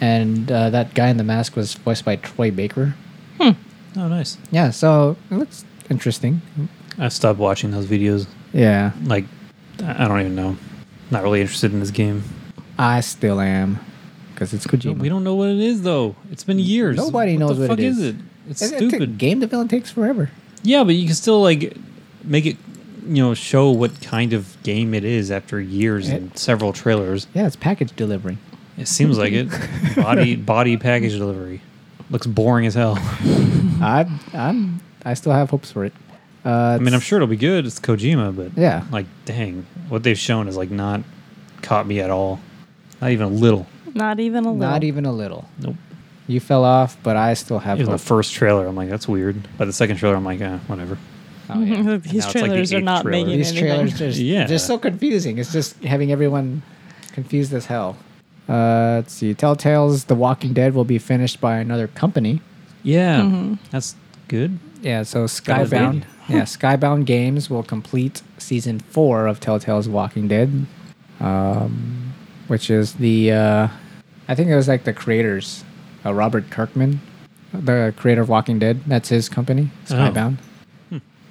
A: and uh, that guy in the mask was voiced by Troy Baker.
C: Oh, nice.
A: Yeah, so it looks interesting.
C: I've stopped watching those videos.
A: Yeah,
C: Like, I I don't even know. Not really interested in this game.
A: I still am because it's
C: No,
A: Kojima.
C: we don't know what it is though. It's been years.
A: Nobody
C: what
A: knows
C: the
A: what
C: fuck
A: it
C: is.
A: is.
C: it? It's
A: It- it took-
C: stupid.
A: game development takes forever.
C: yeah, but you can still like make it, you know, show what kind of game it is after years
A: It-
C: and several trailers.
A: Yeah, it's package delivery.
C: It seems like it. Body body package delivery looks boring as hell.
A: I I'm I still have hopes for it. Uh,
C: I mean, I'm sure it'll be good. It's Kojima, but
A: Yeah.
C: like dang, what they've shown is like not caught me at all. Not even a little.
B: Not even a little.
A: not even a little.
C: Nope.
A: You fell off, but I still have
C: Even the
A: hope.
C: first trailer, I'm like, that's weird. By the second trailer, I'm like, eh, whatever.
A: Oh, yeah.
C: Now
B: These
C: it's like the
B: trailers are
C: eighth
B: not
C: trailer.
B: making
A: These
B: anything.
A: trailers just
C: Yeah.
A: just so confusing. It's just having everyone confused as hell. Uh, let's see. Telltale's The Walking Dead will be finished by another company.
C: Yeah,
A: Mm-hmm.
C: that's good.
A: Yeah, so
C: was
A: Skybound.
C: weird.
A: Yeah, Skybound Games will complete season four of Telltale's Walking Dead, um, which is the uh, I think it was like the creators, uh, Robert Kirkman, the creator of Walking Dead. That's his company,
C: Oh.
A: Skybound.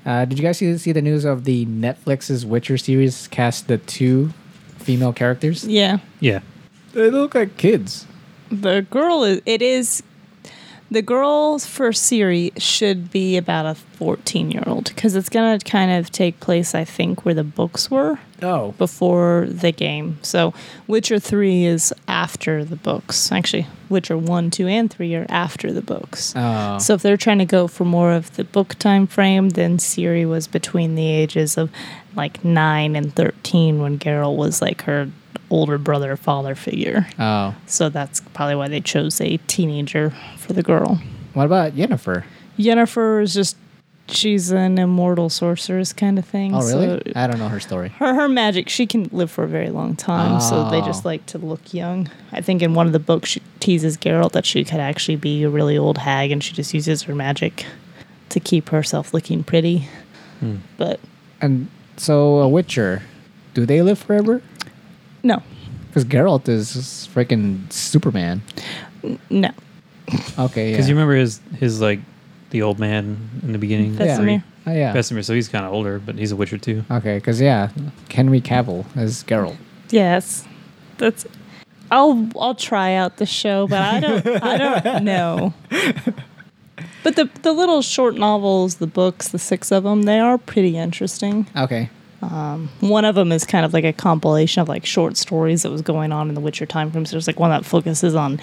A: Uh, did you guys see, see the news of the Netflix's Witcher series cast the two female characters?
B: Yeah.
C: Yeah,
A: They look like kids.
B: The girl is. It is. The girl for Siri should be about a 14 year old because it's going to kind of take place, I think, where the books were
A: Oh,
B: before the game. So Witcher 3 is after the books. Actually, Witcher 1, 2, and 3 are after the books.
A: oh,
B: So if they're trying to go for more of the book time frame, then Siri was between the ages of like nine and thirteen when Geralt was like her older brother, father figure.
A: oh.
B: So that's probably why they chose a teenager for the girl.
A: What about Yennefer?
B: Yennefer is just she's an immortal sorceress kind of thing.
A: Oh, really?
B: So
A: I don't know her story.
B: her her magic she can live for a very long time so they just
A: Oh.
B: like to look young i think in one of the books she teases Geralt that she could actually be a really old hag and she just uses her magic to keep herself looking pretty
A: Hmm.
B: but
A: And so, a Witcher, do they live forever?
B: no
A: Because Geralt is freaking Superman.
B: no
A: Okay, yeah.
C: because you remember his his like the old man in the beginning.
B: That's
A: yeah.
B: Vesemir? me.
A: Oh, yeah.
C: Vesemir, so he's kind of older, but he's a Witcher too.
A: Okay, because yeah, Henry Cavill is Geralt.
B: yes that's i'll i'll try out the show but i don't i don't know but the the little short novels the books the six of them they are pretty interesting
A: Okay.
B: one of them is kind of like a compilation of like short stories that was going on in the Witcher time frame. So there's like one that focuses on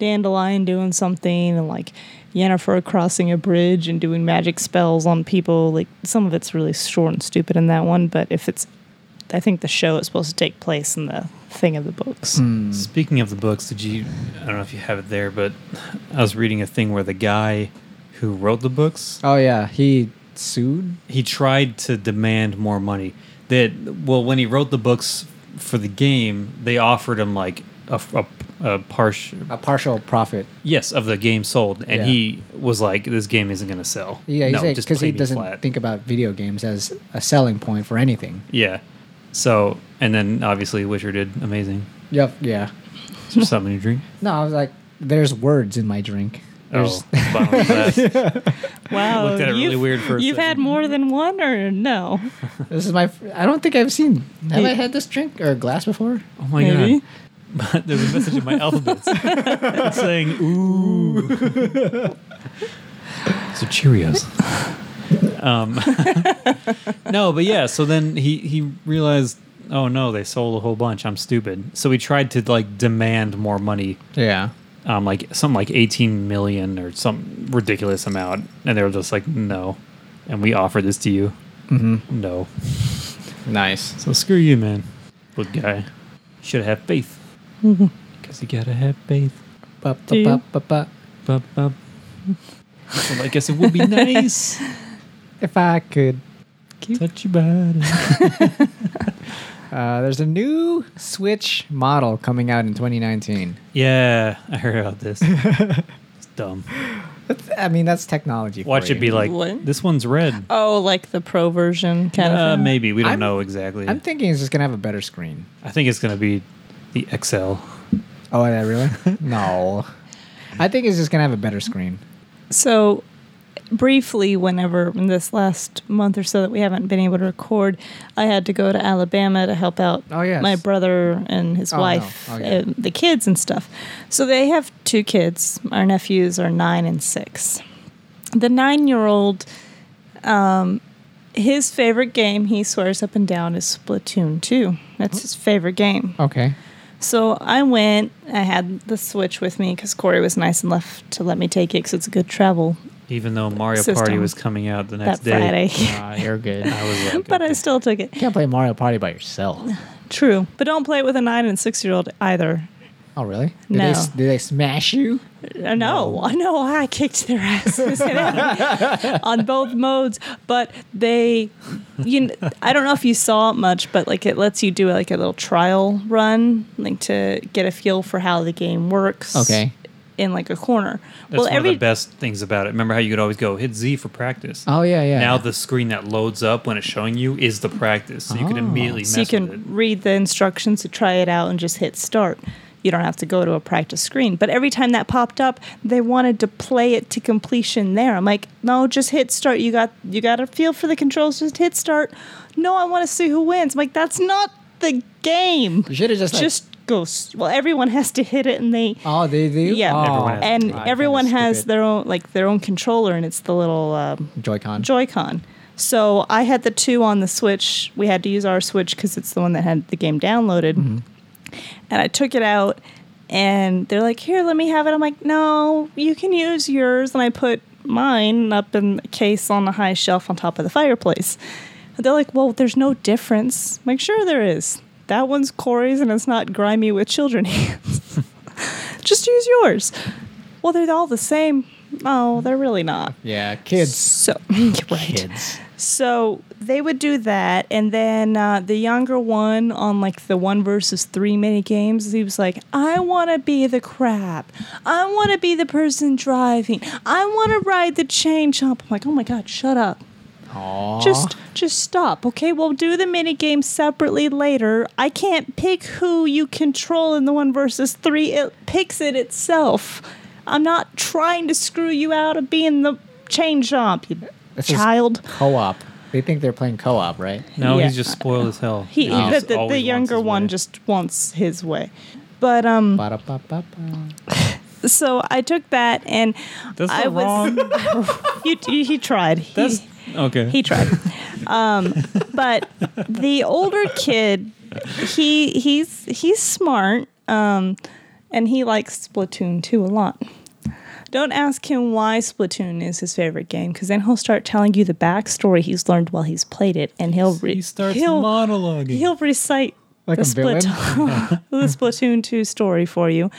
B: Dandelion doing something and like Yennefer crossing a bridge and doing magic spells on people. Like some of it's really short and stupid in that one, but if it's, I think the show is supposed to take place in the thing of the books.
C: Hmm.
A: Hmm.
C: Speaking of the books, did you? I don't know if you have it there, but I was reading a thing where the guy who wrote the books
A: Oh yeah, he sued.
C: he tried to demand more money. That well, when he wrote the books for the game, they offered him like a, a, a partial
A: A partial profit.
C: yes of the game sold, and
A: Yeah.
C: he was like, "This game isn't going to sell."
A: Yeah, he's
C: no,
A: like
C: just
A: because
C: play
A: he
C: me
A: doesn't
C: flat."
A: think about video games as a selling point for anything.
C: Yeah, so and then obviously Witcher did amazing.
A: Yep. Yeah.
C: Is there something to drink?
A: No, I was like, there's words in my drink. There's,
C: Oh, bottomless glass.
B: Wow,
C: Looked at it really
B: you've-
C: weird for a
B: You've had
C: second.
B: more than one or no?
A: This is my. fr- I don't think I've seen. Have
B: Yeah.
A: I had this drink or glass before?
C: Oh my
B: Maybe.
C: god! But there's a message in my alphabets It's saying "ooh." so Cheerios. um, no, but yeah. So then he he realized, oh no, they sold a whole bunch. I'm stupid. So he tried to like demand more money,
A: Yeah.
C: um, like something like 18 million or some ridiculous amount, and they were just like, no, and we offered this to you, mm-hmm. no.
A: Nice.
C: So screw you, man. Good guy. Should have faith. Because you gotta have faith.
A: Ba,
B: Do
A: ba,
B: you?
A: ba, ba, ba.
C: Bup, bup. So I guess it would be nice.
A: If I could.
C: Touch your body.
A: Uh, there's a new Switch model coming out in 2019.
C: Yeah, I heard about this. It's dumb.
A: That's, I mean, that's technology. for
C: Watch
A: you.
C: it be like,
B: What?
C: this one's red.
B: Oh, like the pro version kind
C: Uh,
B: of thing.
C: maybe. We don't
A: I'm-
C: know exactly.
A: I'm thinking it's just gonna have a better screen.
C: I think it's gonna be the XL.
A: Oh, yeah, really? no. I think it's just gonna have a better screen.
B: So briefly whenever in this last month or so that we haven't been able to record i had to go to alabama to help out
A: Oh, yes.
B: my brother and his
A: Oh, no.
B: wife
A: Oh,
B: uh
A: yeah.
B: the kids and stuff so they have two kids our nephews are nine and six the nine year old um, his favorite game he swears up and down is splatoon 2 that's his favorite game
A: Okay.
B: so I went. I had the Switch with me because Corey was nice enough to let me take it because it's a good travel
C: Even though Mario Party
B: System.
C: was coming out the next
B: that
C: day,
B: Friday.
A: Uh, you're good.
C: I was like,
B: but I
C: okay.
B: still took it.
A: You can't play Mario Party by yourself.
B: True. But don't play it with a nine and six year old either.
A: Oh, really? Do
B: No.
A: They, s- do they smash you?
B: Uh, No, I know I kicked their asses on both modes, but they, you, kn- I don't know if you saw it much, but like it lets you do like a little trial run, like to get a feel for how the game works.
A: Okay.
B: In like a corner.
C: That's one of the best things about it. Remember how you could always go hit Z for practice.
A: Oh yeah, yeah.
C: Now the screen that loads up when it's showing you is the practice, so you can
A: Oh.
C: immediately mess
B: so you
C: with it.
B: can read the instructions to try it out and just hit start you don't have to go to a practice screen but every time that popped up they wanted to play it to completion there i'm like no just hit start you got you got a feel for the controls just hit start no i want to see who wins I'm like that's not the game
A: you should have just like,
B: just go s- well everyone has to hit it and they
A: oh they do
B: yeah
A: oh,
C: Everyone has-
B: and
A: kinda
B: everyone has
A: stupid.
B: their own like their own controller and it's the little um,
A: Joy-Con.
B: Joy-Con. So I had the two on the Switch. We had to use our Switch because it's the one that had the game downloaded. And I took it out, and they're like, "Here, let me have it." I'm like, "No, you can use yours." And I put mine up in a case on a high shelf on top of the fireplace. And they're like, "Well, there's no difference." I'm like, "Sure, there is. That one's Corey's, and it's not grimy with children hands. Just use yours." Well, they're all the same. Oh, they're really not.
A: yeah, kids.
B: So, right.
A: Kids.
B: So they would do that, and then uh, the younger one on like the one versus three mini games, he was like, "I want to be the crab. I want to be the person driving. I want to ride the chain chomp." I'm like, "Oh my god, shut up!
A: Aww.
B: Just, just stop, okay? We'll do the mini game separately later. I can't pick who you control in the one versus three. It picks it itself. I'm not trying to screw you out of being the chain chomp, you
A: This is-
B: child."
A: co-op. They think they're playing co-op, right?
C: No,
B: Yeah.
C: he's just spoiled as hell.
B: He,
A: No.
B: the,
C: just
B: the,
C: always
B: the
C: wants
B: younger
C: his
B: one
C: way.
B: just wants his way. But um,
A: Ba-da-ba-ba-ba.
B: so I took that and
C: That's
B: I
C: not wrong.
B: was. you, you, he tried. He,
C: That's okay.
B: he tried. um, but the older kid, he he's he's smart, um, and he likes Splatoon 2 a lot. Don't ask him why Splatoon is his favorite game, because then he'll start telling you the backstory he's learned while he's played it, and he'll re-
C: he starts
B: he'll-
C: monologuing.
B: He'll recite
A: Like
B: the,
A: a villain?
B: Splatoon, the Splatoon 2 story for you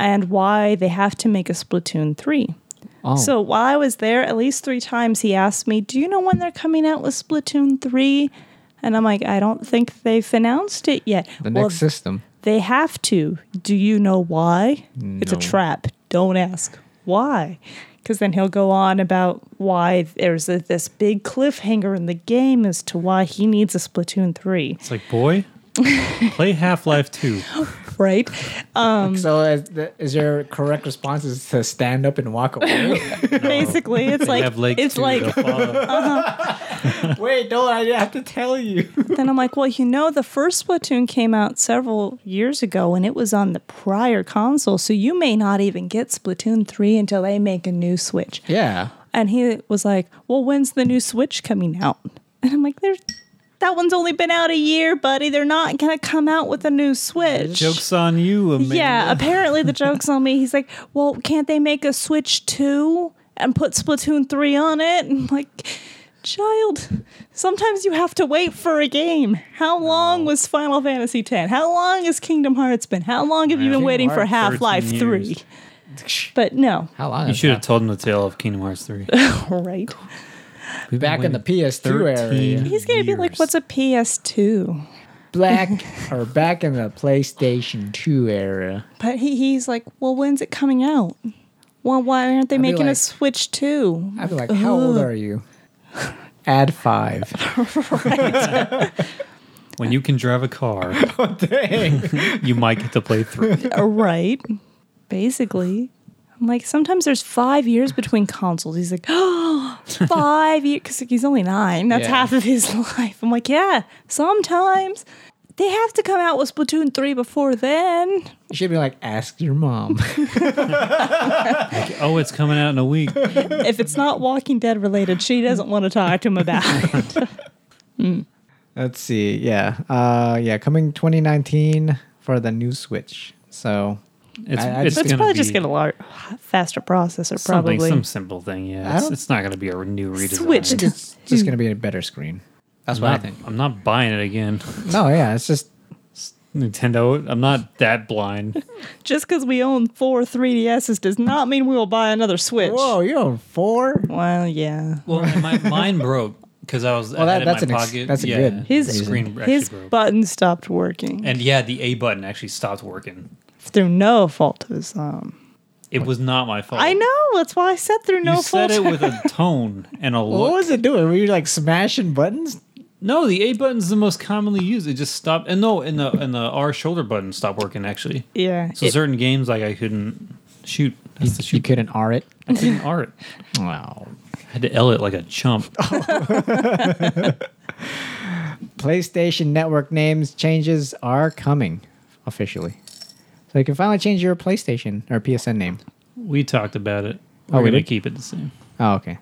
B: and why they have to make a Splatoon 3.
A: Oh.
B: So while I was there, at least three times he asked me, Do you know when they're coming out with Splatoon 3? And I'm like, I don't think they've announced it yet.
A: the
B: well,
A: next system.
B: they have to. Do you know why? It's a
A: No.
B: trap. Don't ask why. Because then he'll go on about why there's a, this big cliffhanger in the game as to why he needs a Splatoon 3.
C: It's like, boy, play Half Life 2.
B: right?
A: so is, the, is your correct response is to stand up and walk away?
B: Basically, it's
C: They
B: like
C: have legs
B: it's
C: too,
B: like
C: they'll follow.
A: Wait, no, I have to tell you.
B: then I'm like, well, you know, the first Splatoon came out several years ago and it was on the prior console, so you may not even get Splatoon 3 until they make a new Switch.
A: Yeah.
B: And he was like, well, when's the new Switch coming out? And I'm like, there's that one's only been out a year, buddy. They're not going to come out with a new Switch.
C: Joke's on you, Amanda.
B: Yeah, uh, apparently the joke's on me. He's like, well, can't they make a Switch 2 and put Splatoon 3 on it? And I'm like, child, sometimes you have to wait for a game. How long was Final Fantasy X? How long has Kingdom Hearts been? How long have you been
C: Kingdom
B: waiting for
C: Hearts,
B: Half Life
C: 13
B: 3?
C: years.
B: But no,
A: How long?
C: You
A: is
C: should have
A: that?
C: told him the tale of Kingdom Hearts 3.
B: right?
A: back in the PS2 area.
C: 13.
B: He's going to be like,
C: Years.
B: what's a PS2?
A: Black or back in the PlayStation 2 era.
B: But he, he's like, well, when's it coming out? Well, why aren't they
A: be
B: making a
A: like-
B: Switch 2?
A: I'd be like, how old are you? Add five.
C: When you can drive a car,
B: Oh,
A: Dang.
C: you might get to play 3.
B: right Uh, basically I'm like, sometimes there's five years between consoles. He's like, oh, five years. Because he's only nine. That's
A: Yeah.
B: half of his life. I'm like, yeah, sometimes they have to come out with Splatoon 3 before then.
A: You should be like, ask your mom.
C: Oh, it's coming out in a week.
B: if it's not Walking Dead related, she doesn't want to talk to him about it.
A: Let's see. Yeah. Uh, yeah. Coming 2019 for the new Switch. So
C: It's,
A: I- I
C: it's,
A: just-
B: It's
C: gonna
B: probably
C: be
B: just get a lot faster processor,
C: something,
B: probably.
C: some simple thing. Yeah,
A: don't-
C: it's, it's not going to be a new redesign.
B: Switch to
A: it's just going to be a better screen. That's what
C: Not-
A: I think.
C: I'm not buying it again.
A: No, yeah. It's just,
C: Nintendo, I'm not that blind.
B: Just because we own four 3DSs does not mean we will buy another Switch.
A: whoa, you own four?
B: Well, yeah.
D: Well, and my mine broke because I was well,
A: that-
D: I had
A: that's
D: it in
A: an
D: my
A: ex-
D: pocket.
A: that's a
D: yeah.
A: good
B: His-
D: The screen actually
B: His
D: broke.
B: button stopped working
D: and yeah, the A button actually stopped working.
B: through no fault of his own.
D: It was not my fault.
B: I know. That's why I said through
D: Oh. You
B: no
D: said
B: fault.
D: it with a tone and a
A: What
D: look.
A: was it doing? Were you like smashing buttons?
D: No, the A button's the most commonly used. It just stopped. And no, and the and the R shoulder button stopped working actually.
B: yeah.
D: So
B: it-
D: certain games like I couldn't shoot. That's the
A: You
D: shoot.
A: couldn't R it.
D: I couldn't R it.
A: Wow.
D: I had to L it like a chump.
A: PlayStation Network names changes are coming officially. So you can finally change your PlayStation or PSN name.
C: We talked about it.
A: Oh,
C: We're
A: we
C: going to
A: did?
C: keep it the same.
A: Oh, okay.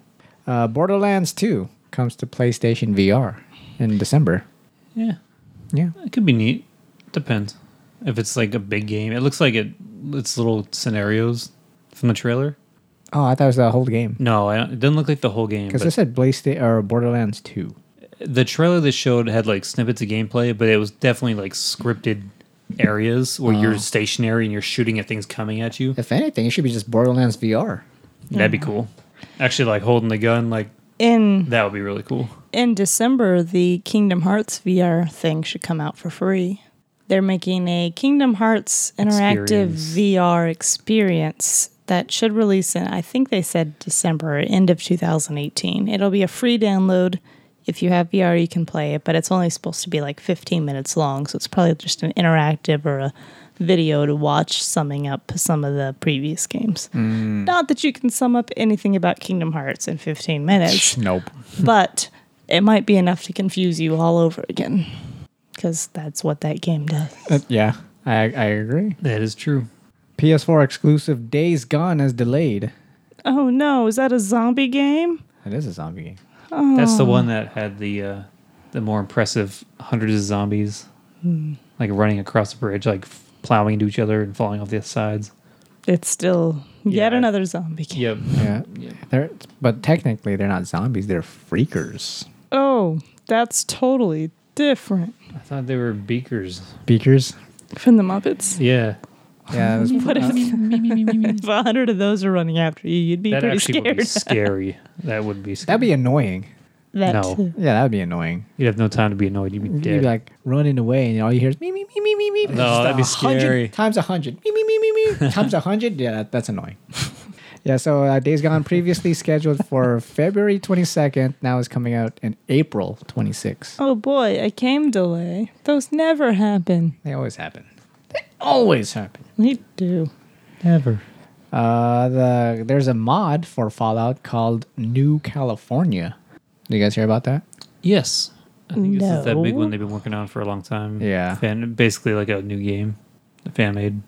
A: Uh, Borderlands 2 comes to PlayStation VR in December.
C: Yeah,
A: Yeah.
C: it could be neat. Depends if it's like a big game. It looks like it. It's little scenarios from the trailer.
A: Oh, I thought it was the whole game.
C: No, I don't, it doesn't look like the whole game.
A: Because
C: but-
A: it said PlayStation or Borderlands 2.
C: the trailer they showed had like snippets of gameplay, but it was definitely like scripted areas where you're stationary and you're shooting at things coming at you.
A: If anything, it should be just Borderlands VR.
C: That'd be cool. Actually, like holding the gun, like
B: in
C: that would be really cool.
B: in December, the Kingdom Hearts VR thing should come out for free. They're making a Kingdom Hearts interactive
C: Experience.
B: VR experience that should release in, I think they said December, end of 2018. It'll be a free download. If you have VR, you can play it, but it's only supposed to be like 15 minutes long. So it's probably just an interactive or a video to watch summing up some of the previous games. Not that you can sum up anything about Kingdom Hearts in 15 minutes
A: Nope.
B: but it might be enough to confuse you all over again because that's what that game does.
C: Uh,
A: Uh, yeah, I, I agree.
C: That is true.
A: PS4 exclusive Days Gone is delayed.
B: Oh no, is that a zombie game?
A: It is a zombie game.
C: That's the one that had the uh, the more impressive hundreds of zombies like running across the bridge, like f- plowing into each other and falling off the sides.
B: It's still yet
C: Yeah.
B: another zombie game.
C: Yep.
A: Yeah. They're, but technically, they're not zombies, they're freakers.
B: Oh, that's totally different
C: I thought they were beakers.
A: Beakers?
B: from the Muppets.
C: Yeah.
A: Yeah, it was-
B: What if, if a hundred of those are running after you? You'd be
C: that
B: pretty
C: actually would
B: scared.
C: be scary. That would be scary.
A: that'd be annoying.
B: that
C: No.
B: too.
A: Yeah, that would be annoying.
C: You'd have no time to be annoyed. You'd be dead.
A: You'd be like running away, and all you hear is me, me, me, me, me, me. Just
C: that'd be
A: a hundred
D: scary.
A: Times a hundred. Me, me, me, me, me. times a hundred. Yeah, that, that's annoying. yeah, so uh, Days Gone previously scheduled for February 22nd, now is coming out in April 26th.
B: Oh boy, a game delay. Those never happen.
A: They always happen. They always happen.
B: They do.
C: Never.
A: Uh, the there's a mod for Fallout called New California. Did you guys hear about that?
C: Yes. I think this is that big
B: No.
C: one they've been working on for a long time.
A: Yeah.
C: Fan, basically like a new game, fan made.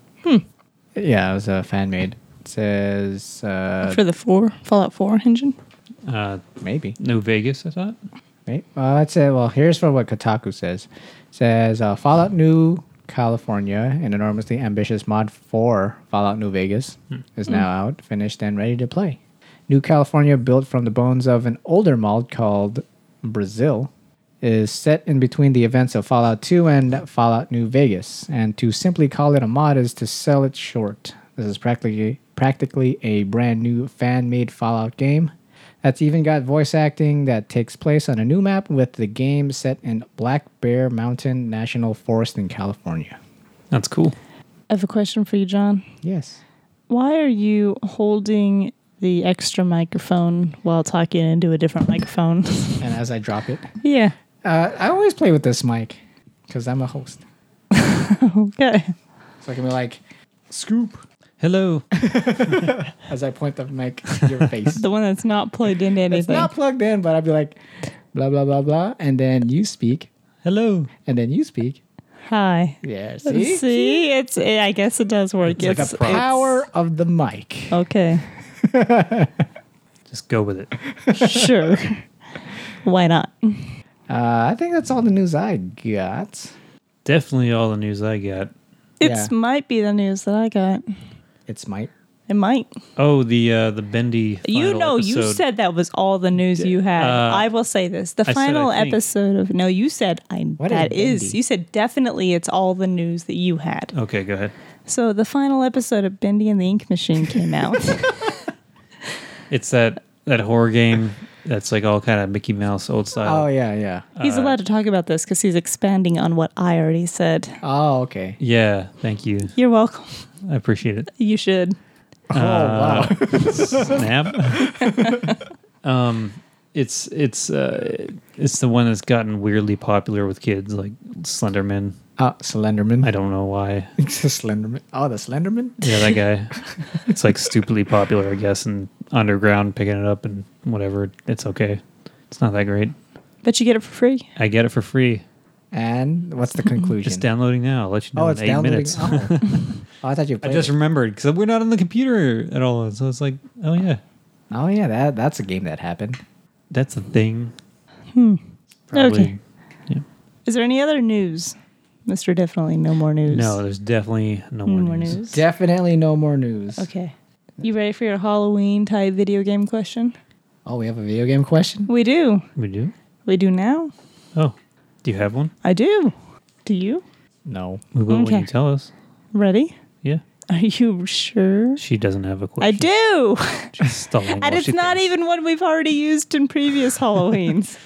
A: Yeah, it was a fan made. It says uh,
B: For the four Fallout Four engine.
C: Uh,
A: maybe.
C: new Vegas, I thought.
A: Right. Well, that's it. Well, here's from what Kotaku says. It says uh, Fallout New California, an enormously ambitious mod for Fallout New Vegas, is now out, finished, and ready to play. New California, built from the bones of an older mod called Brazil, is set in between the events of Fallout 2 and Fallout New Vegas, and to simply call it a mod is to sell it short. This is practically practically a brand new fan-made Fallout game. That's even got voice acting that takes place on a new map with the game set in Black Bear Mountain National Forest in California.
C: That's cool.
B: I have a question for you, John.
A: Yes.
B: Why are you holding the extra microphone while talking into a different microphone?
A: And as I drop it,
B: yeah.
A: uh, I always play with this mic because I'm a host.
B: Okay.
A: So I can be like, scoop.
C: Hello.
A: as I point the mic to your face.
B: The one that's not plugged into anything.
A: it's not plugged in, but I'd be like, blah, blah, blah, blah. And then you speak,
C: Hello.
A: and then you speak.
B: Hi.
A: Yeah, see?
B: See, it's. It, I guess it does work. It's,
A: The power of the mic.
B: it's- okay.
C: Just go with it.
B: Sure. Why not?
A: Uh, I think that's all the news I got.
C: Definitely all the news I got.
A: Yeah.
B: It's might be the news that I got.
A: It's mic.
B: It might.
C: Oh, the uh, the bendy.
B: you
C: final
B: know, you
C: episode.
B: said that was all the news you had.
C: Uh,
B: I will say this: the
C: I said, I
B: final
C: think.
B: episode of no, you said I.
A: What is
B: that is,
A: Bendy?
B: you said definitely it's all the news that you had.
C: Okay, go ahead.
B: So the final episode of Bendy and the Ink Machine came out.
C: It's that that horror game that's like all kind of Mickey Mouse
A: Oh,
C: old style.
A: yeah, yeah.
B: he's allowed to talk about this because he's expanding on what I already said.
A: Oh, okay.
C: yeah. Thank you.
B: You're welcome.
C: I appreciate it.
B: You should.
A: Oh, wow.
C: Snap. um, it's it's uh, it's the one that's gotten weirdly popular with kids, like Slenderman.
A: Oh, Slenderman.
C: I don't know why.
A: Slenderman. Oh, the Slenderman?
C: Yeah, that guy. it's like stupidly popular, I guess, and underground picking it up and whatever. It's okay. It's not that great.
B: But you get it for free.
C: I get it for free.
A: And what's the conclusion?
C: It's downloading now. I'll let you know
A: oh,
C: in
A: it's
C: eight
A: downloading.
C: minutes.
A: Oh. Oh, I thought you
C: I
A: played
C: just
A: it.
C: remembered because we're not on the computer at all. So it's like, oh yeah,
A: Oh, yeah, that that's a game that happened.
C: that's a thing. Hmm.
B: Okay. Is there any other news, Mister? Definitely no more news.
C: No, there's definitely no
B: no
C: more,
B: more
C: news.
B: news.
A: Definitely no more news.
B: okay. You ready for your Halloween type video game question?
A: Oh, we have a video game question?
B: We do.
C: We do.
B: We do now.
C: Oh, do you have one?
B: I do. Do you?
A: No.
C: We will when
B: Okay.
C: you tell us.
B: Ready?
C: Yeah.
B: Are you sure?
C: She doesn't have a
B: I
C: question.
B: do.
C: She's stalling while
B: and it's
C: she
B: not
C: thinks.
B: even one we've already used in previous Halloweens.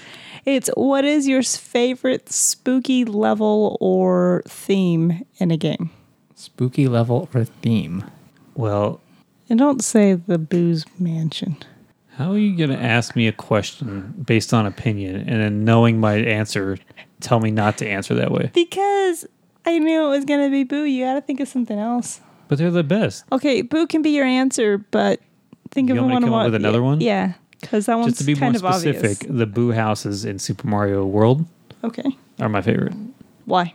B: It's what is your favorite spooky level or theme in a game?
A: Spooky level or theme?
B: e-
C: Well,
B: And don't say the booze mansion.
C: how are you going to ask me a question based on opinion and then knowing my answer, tell me not to answer that way?
B: Because I knew it was going to be boo. You got to think of something else.
C: But they're the best.
B: Okay, boo can be your answer, but think
C: You
B: of
C: want me
B: one
C: to come up
B: wa-
C: with another one?
B: Yeah, because that one's
C: Just to be
B: kind
C: more
B: of
C: specific,
B: obvious.
C: the boo houses in Super Mario World
B: Okay,
C: are my favorite.
B: why?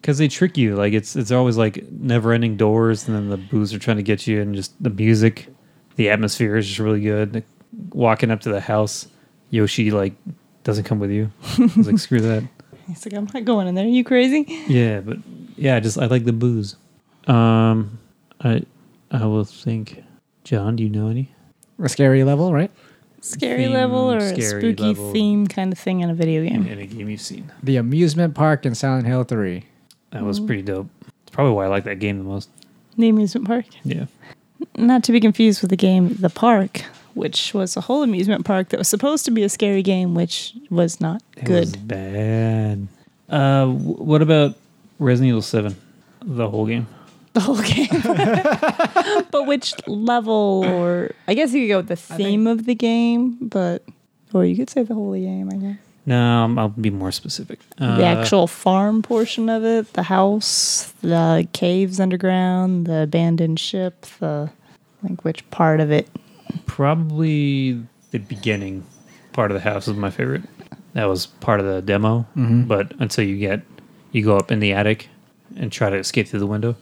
C: Because they trick you. Like it's it's always like never ending doors, and then the boos are trying to get you, and just the music, the atmosphere is just really good. Like, walking up to the house, Yoshi like doesn't come with you. He's like screw that.
B: He's like, I'm not going in there. you crazy?
C: Yeah, but yeah, I just I like the boos. Um, I I will think. John, do you know any?
A: A scary level, right?
B: Scary
C: Theme,
B: level or a
C: scary
B: spooky
C: level.
B: theme kind of thing in a video game?
C: In a game you've seen.
A: The amusement park in Silent Hill 3.
C: That was pretty dope. It's probably why I like that game the most.
B: The amusement park.
C: Yeah.
B: Not to be confused with the game The Park, which was a whole amusement park that was supposed to be a scary game, which was not
C: It
B: good.
C: was bad. Uh, wh- what about Resident Evil Seven? The whole game.
B: The whole game. but which level or I guess you could go with the theme of the game, but or you could say the whole game, I guess.
C: No, I'm- I'll be more specific. Uh,
B: the actual farm portion of it, the house, the caves underground, the abandoned ship, the like which part of it?
C: probably the beginning part of the house is my favorite. That was part of the demo, but until you get you go up in the attic and try to escape through the window,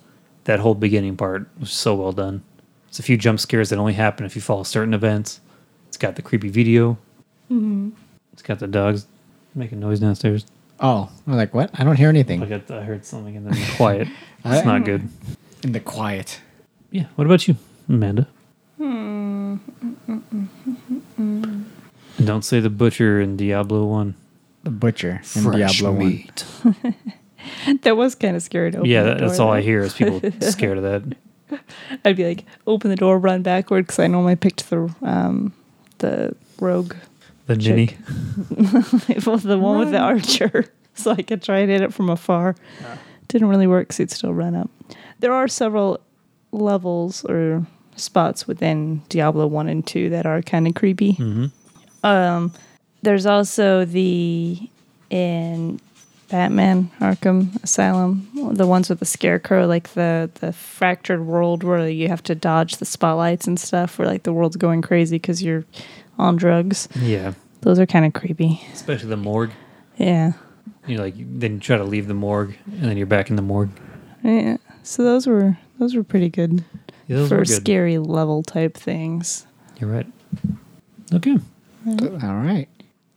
C: that whole beginning part was so well done. It's a few jump scares that only happen if you follow certain events. It's got the creepy video. It's got the dogs making noise downstairs.
A: Oh, I'm like, what? I don't hear anything.
C: Like I, I heard something and then it's quiet.
A: I-
C: It's not good.
A: In the quiet.
C: Yeah. What about you, Amanda?
B: Hmm.
C: And don't say the butcher in Diablo One.
A: The butcher in Diablo 1.
B: That was kind of scary to open
C: Yeah,
B: the
C: that, that's
B: door,
C: all I
B: though.
C: hear is people scared of that.
B: I'd be like, open the door, run backward because I normally picked the um, the rogue,
C: The ninny.
B: Chick. well, the one with the archer, so I could try and hit it from afar. Didn't really work because it'd still run up. There are several levels or spots within Diablo one and two that are kind of creepy. Um, there's also the in Batman, Arkham Asylum, the ones with the scarecrow, like the the fractured world where you have to dodge the spotlights and stuff, where like the world's going crazy because you're on drugs.
C: Yeah,
B: Those are kind of creepy.
C: especially the morgue.
B: Yeah.
C: You like then you try to leave the morgue, and then you're back in the morgue.
B: yeah. So those were those were pretty good
C: Yeah, those
B: for
C: were good.
B: scary level type things.
C: You're right. Okay,
A: All right.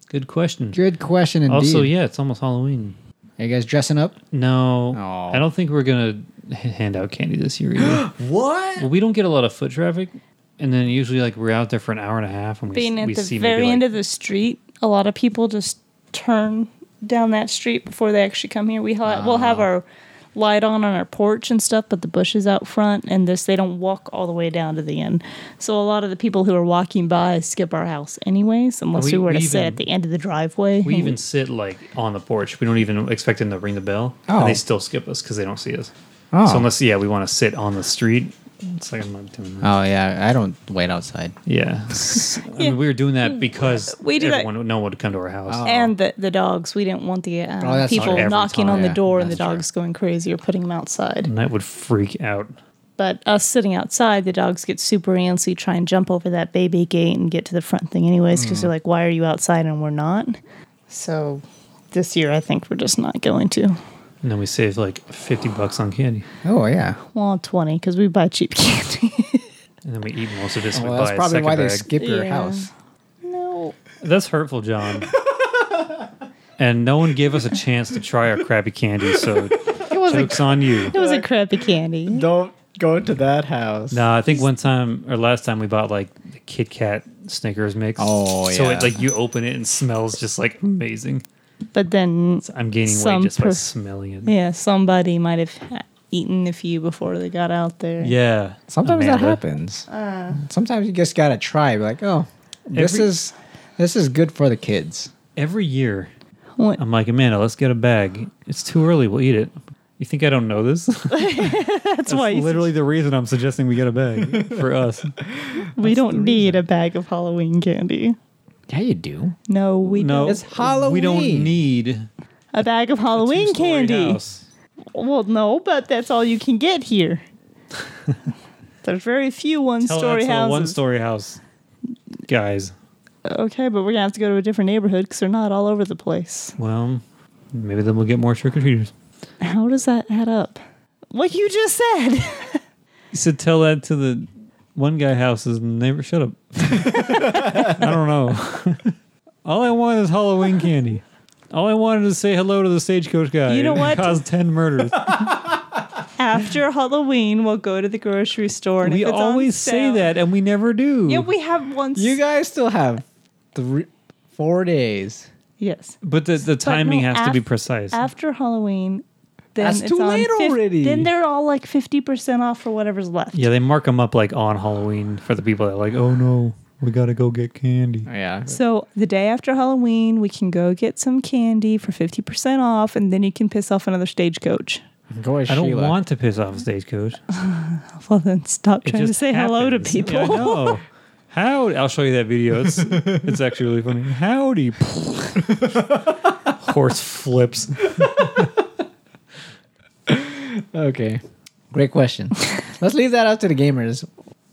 C: good question.
A: Good question indeed.
C: Also, yeah, it's almost Halloween.
A: Are you guys dressing up?
C: No,
A: Aw.
C: I don't think we're gonna h- hand out candy this year. Either.
A: What?
C: well, we don't get a lot of foot traffic, and then usually like we're out there for an hour and a half, and we,
B: Being at
C: we
B: the
C: see
B: very
C: maybe,
B: end
C: like,
B: of the street, a lot of people just turn down that street before they actually come here. We ha- we'll
C: Ah.
B: have our light on on our porch and stuff, but the bushes out front and this they don't walk all the way down to the end. So a lot of the people who are walking by skip our house anyways, unless we,
C: We-
B: were
C: we
B: to sit
C: even-
B: at the end of the driveway.
C: we
B: and-
C: even sit like on the porch. We don't even expect them to ring the bell,
A: Oh.
C: and they still skip us because they don't see us.
A: Oh.
C: So unless yeah, we want to sit on the street. It's like I'm not doing that.
A: Oh yeah, I don't wait outside.
C: Yeah, I mean, we were doing that because
B: We do that-
C: everyone, no one would come to our house.
B: and the, the dogs, we didn't want the uh,
A: Oh, that's true.
B: people
A: Every
B: knocking
A: time,
B: on
A: yeah,
B: the door and the
A: that's true.
B: dogs going crazy or putting them outside.
C: and that would freak out.
B: But us sitting outside, the dogs get super antsy, try and jump over that baby gate and get to the front thing, anyways, because
C: Mm.
B: they're like, why are you outside and we're not? So this year, I think we're just not going to.
C: And then we saved like 50 bucks on candy.
A: Oh yeah.
B: Well, 20, because we buy cheap candy.
C: And then we eat most of this. and
A: Oh, Well,
C: we
A: that's
C: buy a
A: probably
C: second
A: why they
C: bag.
A: skip your
B: Yeah.
A: house.
B: no.
C: That's hurtful, John. and no one gave us a chance to try our crappy candy, so
B: It was, a,
C: jokes on you.
B: it was a crappy candy.
A: Don't go to that house.
C: No, I think one time or last time we bought like the Kit Kat Snickers mix.
A: Oh,
C: So
A: yeah.
C: it, like you open it and smells just like amazing.
B: But then,
C: So I'm gaining
B: Some
C: weight just by
B: per-
C: smelling it.
B: yeah, somebody might have eaten a few before they got out there.
C: Yeah.
A: Sometimes
C: Amanda.
A: that happens. Sometimes you just gotta try. Be like, oh, this
C: Every-
A: is this is good for the kids.
C: Every year,
B: What-
C: I'm like, Amanda, let's get a bag. It's too early. We'll eat it. You think I don't know this?
B: that's, why you-
C: literally the reason I'm suggesting we get a bag for us.
B: we don't need a bag of Halloween candy.
A: Yeah, you do.
B: No, we
C: No,
B: don't.
A: It's Halloween.
C: We don't need
B: A bag of Halloween
C: two-story
B: candy.
C: house.
B: Well, no, but that's all you can get here. There's very few
C: Tell
B: one-story
C: that to the
B: houses.
C: one-story house, guys.
B: okay, but we're gonna have to go to a different neighborhood because they're not all over the place.
C: Well, maybe then we'll get more trick or treaters.
B: How does that add up? What you just said.
C: You said tell that to the one guy house's neighbor. Shut up. I don't know. All I want is Halloween candy. All I wanted to say hello to the stagecoach guy.
B: You know
C: who
B: what?
C: Caused ten murders.
B: After Halloween, we'll go to the grocery store. And
C: we
B: if it's on
C: always say
B: sale-
C: that, and we never do.
B: Yeah, we have once.
A: You guys still have three, four days.
B: yes.
C: but the, the timing
B: no,
C: has to be
B: af-
C: precise.
B: After Halloween, then
A: That's
B: it's
A: too
B: on
A: late
B: fif-
A: already.
B: Then they're all like fifty percent off for whatever's left.
C: yeah, they mark them up like on Halloween for the people that are like, oh no, we gotta go get candy.
A: Yeah.
B: So the day after Halloween, we can go get some candy for fifty percent off, and then you can piss off another stagecoach.
A: Go with
C: I don't
A: Sheila.
C: want to piss off a stagecoach.
B: Well, then stop
C: It
B: trying to
C: just
B: say hello to
C: happens. Yeah,
B: people.
C: I know. How? I'll show you that video. It's, it's actually really funny. Howdy. Horse flips.
A: Okay. Great question. Let's leave that out to the gamers.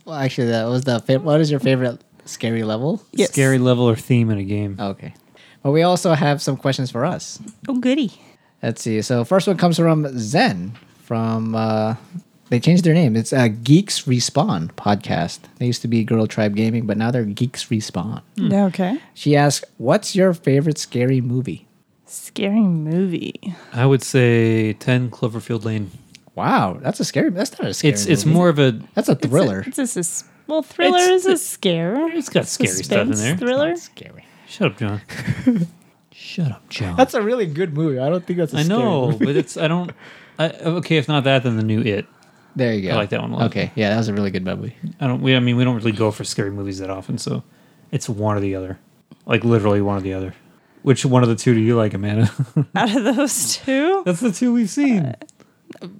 A: Well, actually, that was the. Fa- what is your favorite scary level?
B: Yes.
C: Scary level or theme in a game.
A: Okay. But we also have some questions for us.
B: Oh, goody.
A: Let's see. So first one comes from Zen from uh they changed their name. It's uh, Geeks Respawn podcast. They used to be Girl Tribe Gaming, but now they're Geeks Respawn.
B: Yeah, Okay.
A: She asked, "What's your favorite scary movie?"
B: Scary movie.
C: I would say 10 Cloverfield Lane.
A: Wow, that's a scary. That's not a scary.
C: It's it's
A: movie.
C: more of a.
A: That's a thriller.
B: It's a, it's a sus- well, thriller
C: It's-
B: is a scare.
C: It's got scary stuff in
B: Suspense
C: there.
B: Thriller.
A: scary.
C: Shut up, John. Shut up, John.
A: That's a really good movie. I don't think that's. a
C: I
A: scary
C: know,
A: movie.
C: but it's. I don't. I, okay, if not that, then the new It.
A: There you go.
C: I like that one a lot.
A: Okay, yeah, that was a really good movie.
C: I don't. We, I mean, we don't really go for scary movies that often, so it's one or the other, like literally one or the other. Which one of the two do you like, Amanda?
B: Out of those two,
C: That's the two we've seen.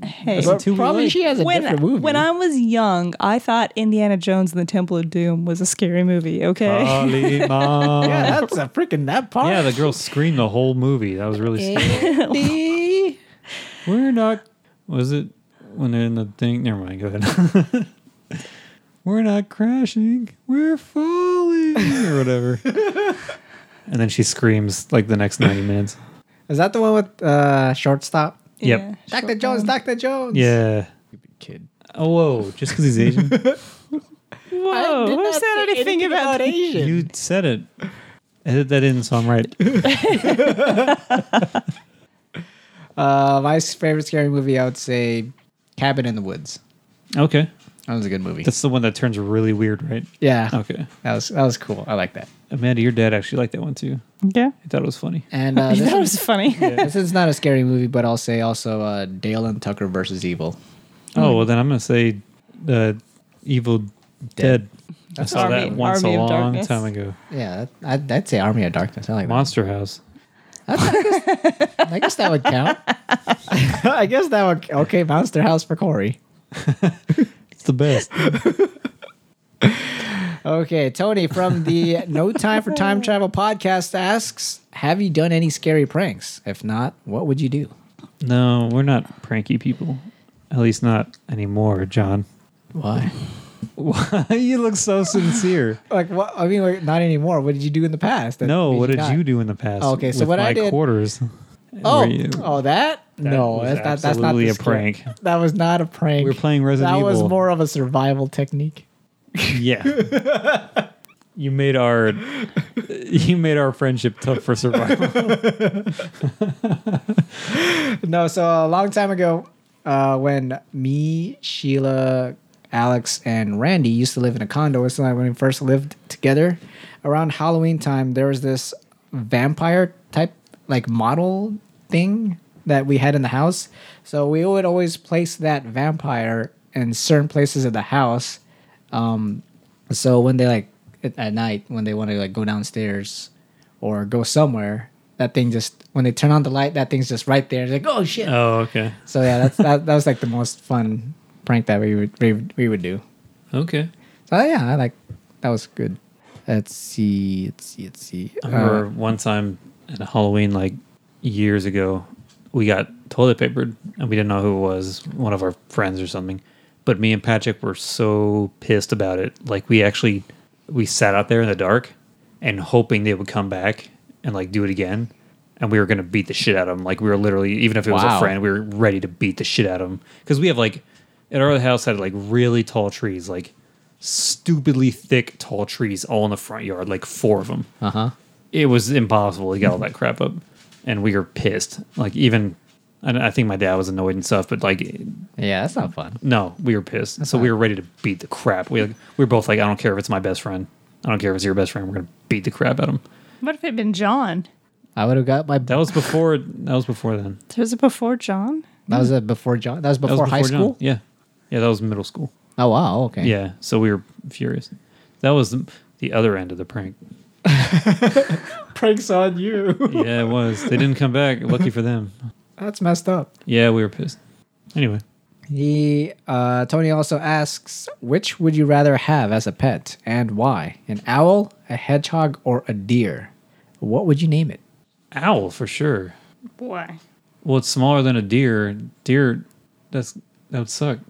B: Hey,
A: But
E: two-wheeler?
A: probably she has a different movie.
B: when, when I was young, I thought Indiana Jones and the Temple of Doom was a scary movie, okay?
C: Holy mom.
A: yeah, that's a freaking that part.
C: Yeah, the girl screamed the whole movie. That was really scary.
A: Andy.
C: We're not. Was it when they're in the thing? Never mind. Go ahead. we're not crashing. We're falling or whatever. and then she screams like the next ninety minutes.
A: Is that the one with uh, shortstop?
C: Yep.
B: sure.
A: Dr. Jones, Dr. Jones.
C: Yeah.
A: Kid.
C: Oh, whoa! Just because he's Asian,
B: Whoa, Oh, who said anything about that?
A: Asian?
C: you said it. Edit that in, so I'm right.
A: Uh, my favorite scary movie, I would say Cabin in the Woods.
C: Okay,
A: That was a good movie.
C: that's the one that turns really weird, right?
A: yeah.
C: Okay,
A: That was that was cool. I like that.
C: Amanda, your dad actually liked that one too.
B: Yeah.
C: He thought it was funny.
A: And uh, this,
B: That
A: is,
B: was funny.
A: this is not a scary movie, but I'll say also uh, Dale and Tucker versus Evil.
C: Oh well, then I'm gonna say uh, Evil Dead. I saw
B: Army-
C: that once
B: Army
C: a
B: of
C: long
B: Darkness.
C: time ago.
A: Yeah, I'd, I'd say Army of Darkness. I like that.
C: Monster House.
A: I guess that would count. I guess that would okay. Monster House for Corey.
C: It's the best.
A: Okay, Tony from the No Time for Time Travel podcast asks, "Have you done any scary pranks? If not, what would you do?"
C: no, we're not pranky people. At least not anymore, John.
A: Why?
C: Why you look so sincere?
A: Like what? I mean, like, not anymore. What did you do in the past? that
C: no,
A: made
C: what did
A: not?
C: you do in the past?
A: Oh, okay, so
C: with
A: what
C: my
A: I did-
C: quarters.
A: Oh,
C: Were you-
A: oh, that? no,
C: was
A: that's not. That's not the
C: absolutely a
A: scare-
C: prank.
A: That was not a prank.
C: We were playing Resident
A: that was
C: Evil.
A: more of a survival technique.
C: yeah. you made our you made our friendship tough for survival.
A: No, so a long time ago, uh, when me, Sheila, Alex, and Randy used to live in a condo, so like when we first lived together, around Halloween time, there was this vampire type like model thing that we had in the house. So we would always place that vampire in certain places of the house. Um, so when they like at- at night when they want to like go downstairs or go somewhere, that thing just when they turn on the light, that thing's just right there. It's like oh shit.
C: oh, okay.
A: So yeah, that's that, that was like the most fun prank that we would we, we would do.
C: Okay.
A: So yeah, I like that was good. Let's see, let's see, let's see.
C: I
A: Uh,
C: remember one time at Halloween, like years ago, we got toilet papered and we didn't know who it was, one of our friends or something. But me and Patrick were so pissed about it. Like we actually we sat out there in the dark and hoping they would come back and like do it again. And we were gonna beat the shit out of them. Like we were literally, even if it was
A: Wow.
C: a friend, we were ready to beat the shit out of them because we have like at our house had like really tall trees, like stupidly thick tall trees all in the front yard, like four of them
A: uh-huh.
C: it was impossible to get all that crap up, and we were pissed. Like even, and I think my dad was annoyed and stuff. But like,
A: Yeah, that's not fun.
C: no, we were pissed. so we were ready to beat the crap. We like, we were both like, I don't care if it's my best friend. I don't care if it's your best friend. We're gonna beat the crap out of him.
B: What if it had been John?
A: I would have got my
C: That
A: that was,
C: was before. that was before then.
B: Was it before John?
A: a before John that was
C: That
A: before,
C: was
A: high
C: John.
A: school.
C: Yeah, yeah. That was middle school.
A: Oh wow, okay.
C: Yeah. So we were furious. That was the, the other end of the prank.
A: Pranks on you.
C: Yeah, it was. They didn't come back. Lucky for them.
A: that's messed up.
C: Yeah, we were pissed. Anyway,
A: He uh, Tony also asks, which would you rather have as a pet and why? An owl, a hedgehog, or a deer? What would you name it?
C: owl for sure.
B: Boy.
C: Well, it's smaller than a deer. Deer, that's that would suck.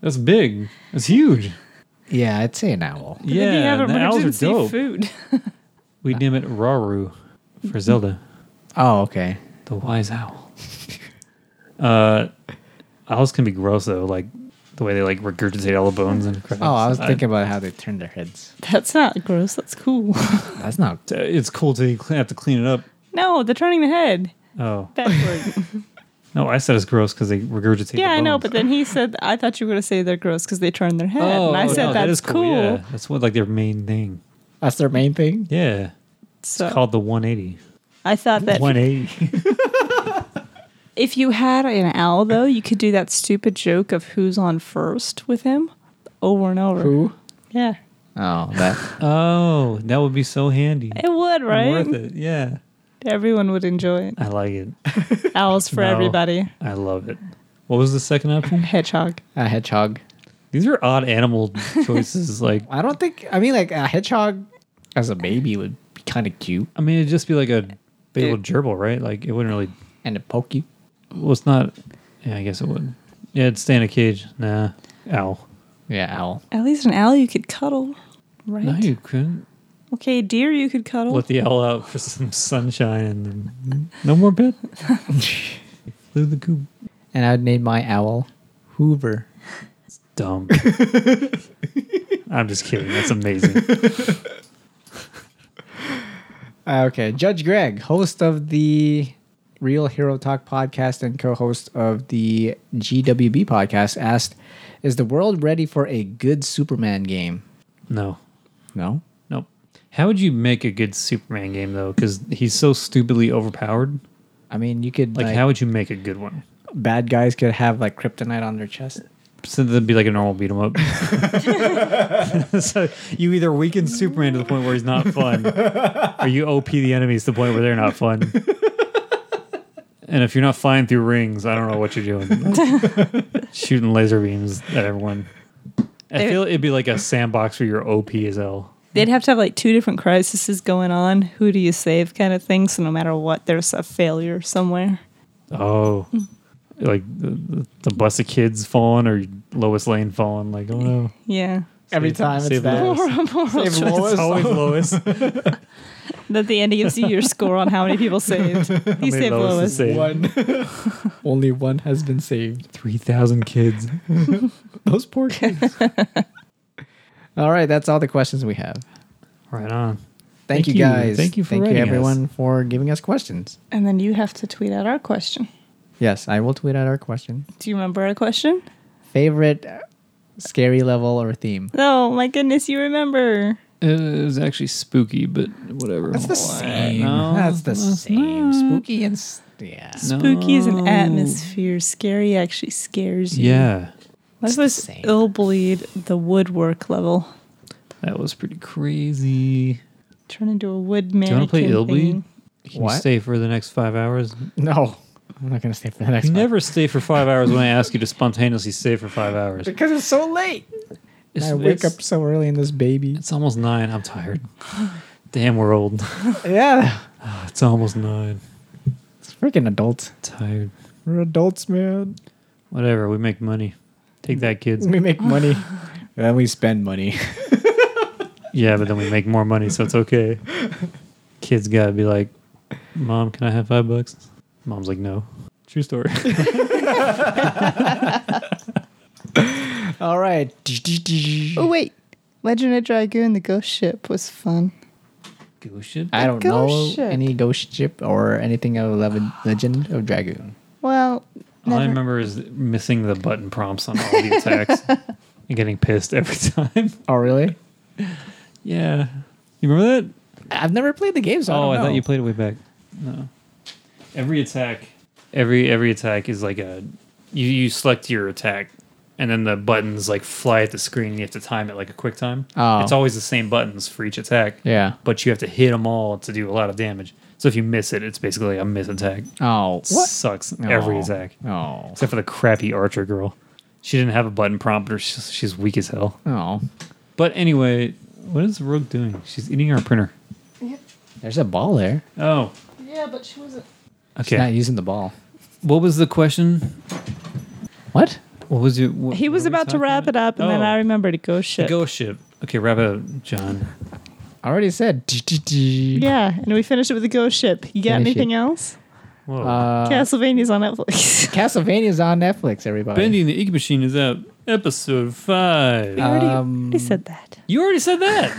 C: That's big. That's huge.
A: Yeah, I'd say an owl.
C: yeah, and the owls are dope.
B: food.
C: We name it Raru for Zelda,
A: Oh, okay.
C: the wise owl. uh, owls can be gross though, like the way they like regurgitate all the bones and crap.
A: Oh, I was
C: So
A: thinking about how they turn their heads.
B: That's not gross. That's cool.
A: That's not.
C: it's cool to clean, have to clean it up.
B: no, the turning the head
C: Oh
B: backward.
C: no, I said it's gross because they regurgitate.
B: yeah,
C: the
B: I know.
C: bones.
B: But then he said, I thought you were going to say they're gross because they turn their head.
C: oh,
B: and I said,
C: no, that
B: that's
C: is
B: cool.
C: Yeah, that's what like their main thing.
A: That's their main thing.
C: Yeah,
B: So
C: called the 180.
B: I thought that
C: 180.
B: if you had an owl, though, you could do that stupid joke of who's on first with him over and over.
A: Who?
B: Yeah.
A: Oh, that.
C: Oh, that would be so handy.
B: It would,
C: And
B: right?
C: Worth it. Yeah.
B: Everyone would enjoy it.
C: I like it.
B: Owls for
C: No.
B: everybody.
C: I love it. What was the second option?
B: Hedgehog.
A: A hedgehog.
C: These are odd animal choices. Like,
A: I don't think. I mean, like a hedgehog as a baby would be kind of cute
C: I mean, it'd just be like a big old gerbil, right? Like, it wouldn't really.
A: and it'd poke you.
C: Well, it's not. Yeah, I guess it would. Yeah, it'd stay in a cage. Nah. Ow.
A: Yeah, owl.
B: At least an owl you could cuddle, right?
C: No, you couldn't.
B: Okay, deer you could cuddle.
C: Let the owl out for some sunshine and then, no more bed. Flew the coop.
A: And I'd name my owl Hoover.
C: Dumb. I'm just kidding. That's amazing.
A: Uh, Okay, Judge Greg, host of the Real Hero Talk podcast and co-host of the GWB podcast, asked, "Is the world ready for a good Superman game?"
C: No.
A: No.
C: Nope. How would you make a good Superman game though? Because he's so stupidly overpowered.
A: I mean, you could
C: Like,
A: like,
C: how would you make a good one?
A: bad guys could have like kryptonite on their chest.
C: So that'd be like a normal beat 'em up. so you either weaken Superman to the point where he's not fun, or you OP the enemies to the point where they're not fun. And if you're not flying through rings, I don't know what you're doing. Shooting laser beams at everyone. I
B: There-
C: feel it'd be like a sandbox where you're OP as hell.
B: They'd have to have like two different crises going on. Who do you save, kind of thing. So no matter what, there's a failure somewhere.
C: Oh, like the, the, the bus of kids falling or Lois Lane falling. Like, oh no.
B: Yeah.
A: Every
C: Save-
A: time it's
C: save
A: that.
C: Lois.
A: Save Lois.
C: It's always Lois.
B: That the end gives you your score on how many people saved. You
C: many
B: saved
C: Lois is
B: Lois.
C: saved?
A: One. Only one has been saved.
C: 3,000 kids.
A: Those poor kids. all right, that's all the questions we have.
C: Right on.
A: Thank,
C: Thank
A: you
C: you.
A: guys.
C: Thank you for
A: Thank you
C: writing us.
A: everyone for giving us questions.
B: And then you have to tweet out our question.
A: Yes, I will tweet out our question.
B: Do you remember our question?
A: Favorite uh, scary level or theme?
B: Oh my goodness, you remember.
C: It was actually spooky, but whatever.
A: That's the same.
C: No,
A: that's the
C: that's
A: same.
C: not.
A: Spooky and s- yeah.
B: Spooky is an
C: No.
B: atmosphere. Scary actually scares you.
C: Yeah,
B: This
A: It's the
B: was
A: same.
B: ill bleed the woodwork level.
C: that was pretty crazy.
B: Turn into a wood man.
C: Do you want to play Illbleed? Can
A: What?
C: you stay for the next five hours?
A: No, I'm not gonna stay for the next.
C: You
A: one.
C: never stay for five hours when I ask you to spontaneously stay for five hours.
A: because it's so late.
C: It's,
A: I wake
C: it's-
A: up so early in this baby.
C: It's almost nine. I'm tired. Damn, we're old.
A: Yeah,
C: It's almost nine.
A: it's freaking adults.
C: Tired.
A: We're adults, man.
C: Whatever. We make money. Take that, kids.
A: We make money, and then we spend money.
C: Yeah, but then we make more money, so it's okay. Kids gotta be like, Mom, can I have five bucks? Mom's like, No. True story.
A: All right.
B: Oh wait, Legend of Dragoon: The Ghost Ship was fun.
A: I don't know
B: Ghost ship.
A: any ghost ship or anything of Leve- Legend of Dragoon.
B: Well,
C: All I
B: never-
C: remember is missing the button prompts on all the attacks and getting pissed every time.
A: Oh, really?
C: Yeah. You remember that?
A: I've never played the game, so
C: oh,
A: I,
C: I
A: don't
C: thought
A: know.
C: you played it way back. No. Every attack, every every attack is like a you you select your attack, and then the buttons like fly at the screen. And you have to time it like a quick time.
A: Oh.
C: It's always the same buttons for each attack.
A: Yeah.
C: But you have to hit them all to do a lot of damage. So if you miss it, it's basically a miss attack.
A: Oh, what?
C: Sucks every
A: Oh.
C: attack
A: Oh,
C: except for the crappy archer girl. She didn't have a button prompt, or she's, she's weak as hell.
A: oh.
C: But anyway, what is Rogue doing? She's eating our printer.
A: There's a ball there.
C: Oh,
B: yeah, but she wasn't.
C: okay.
A: Not using the ball.
C: What was the question?
A: What?
C: What was it? What,
B: He was
C: what were we
B: about to
C: talking
B: wrap it up, and then
C: Oh.
B: I remembered a ghost
C: The
B: ship.
C: ghost ship. Okay, wrap it up, John.
A: I already said.
B: Yeah, and we finished it with a ghost ship. You got
A: Finish
B: anything
A: it.
B: else?
C: Whoa.
A: Uh,
B: Castlevania's on Netflix.
A: Castlevania's on Netflix, everybody.
C: Bending the Ink Machine is out. Episode five.
B: I already,
A: um,
B: already said that.
C: you already said that.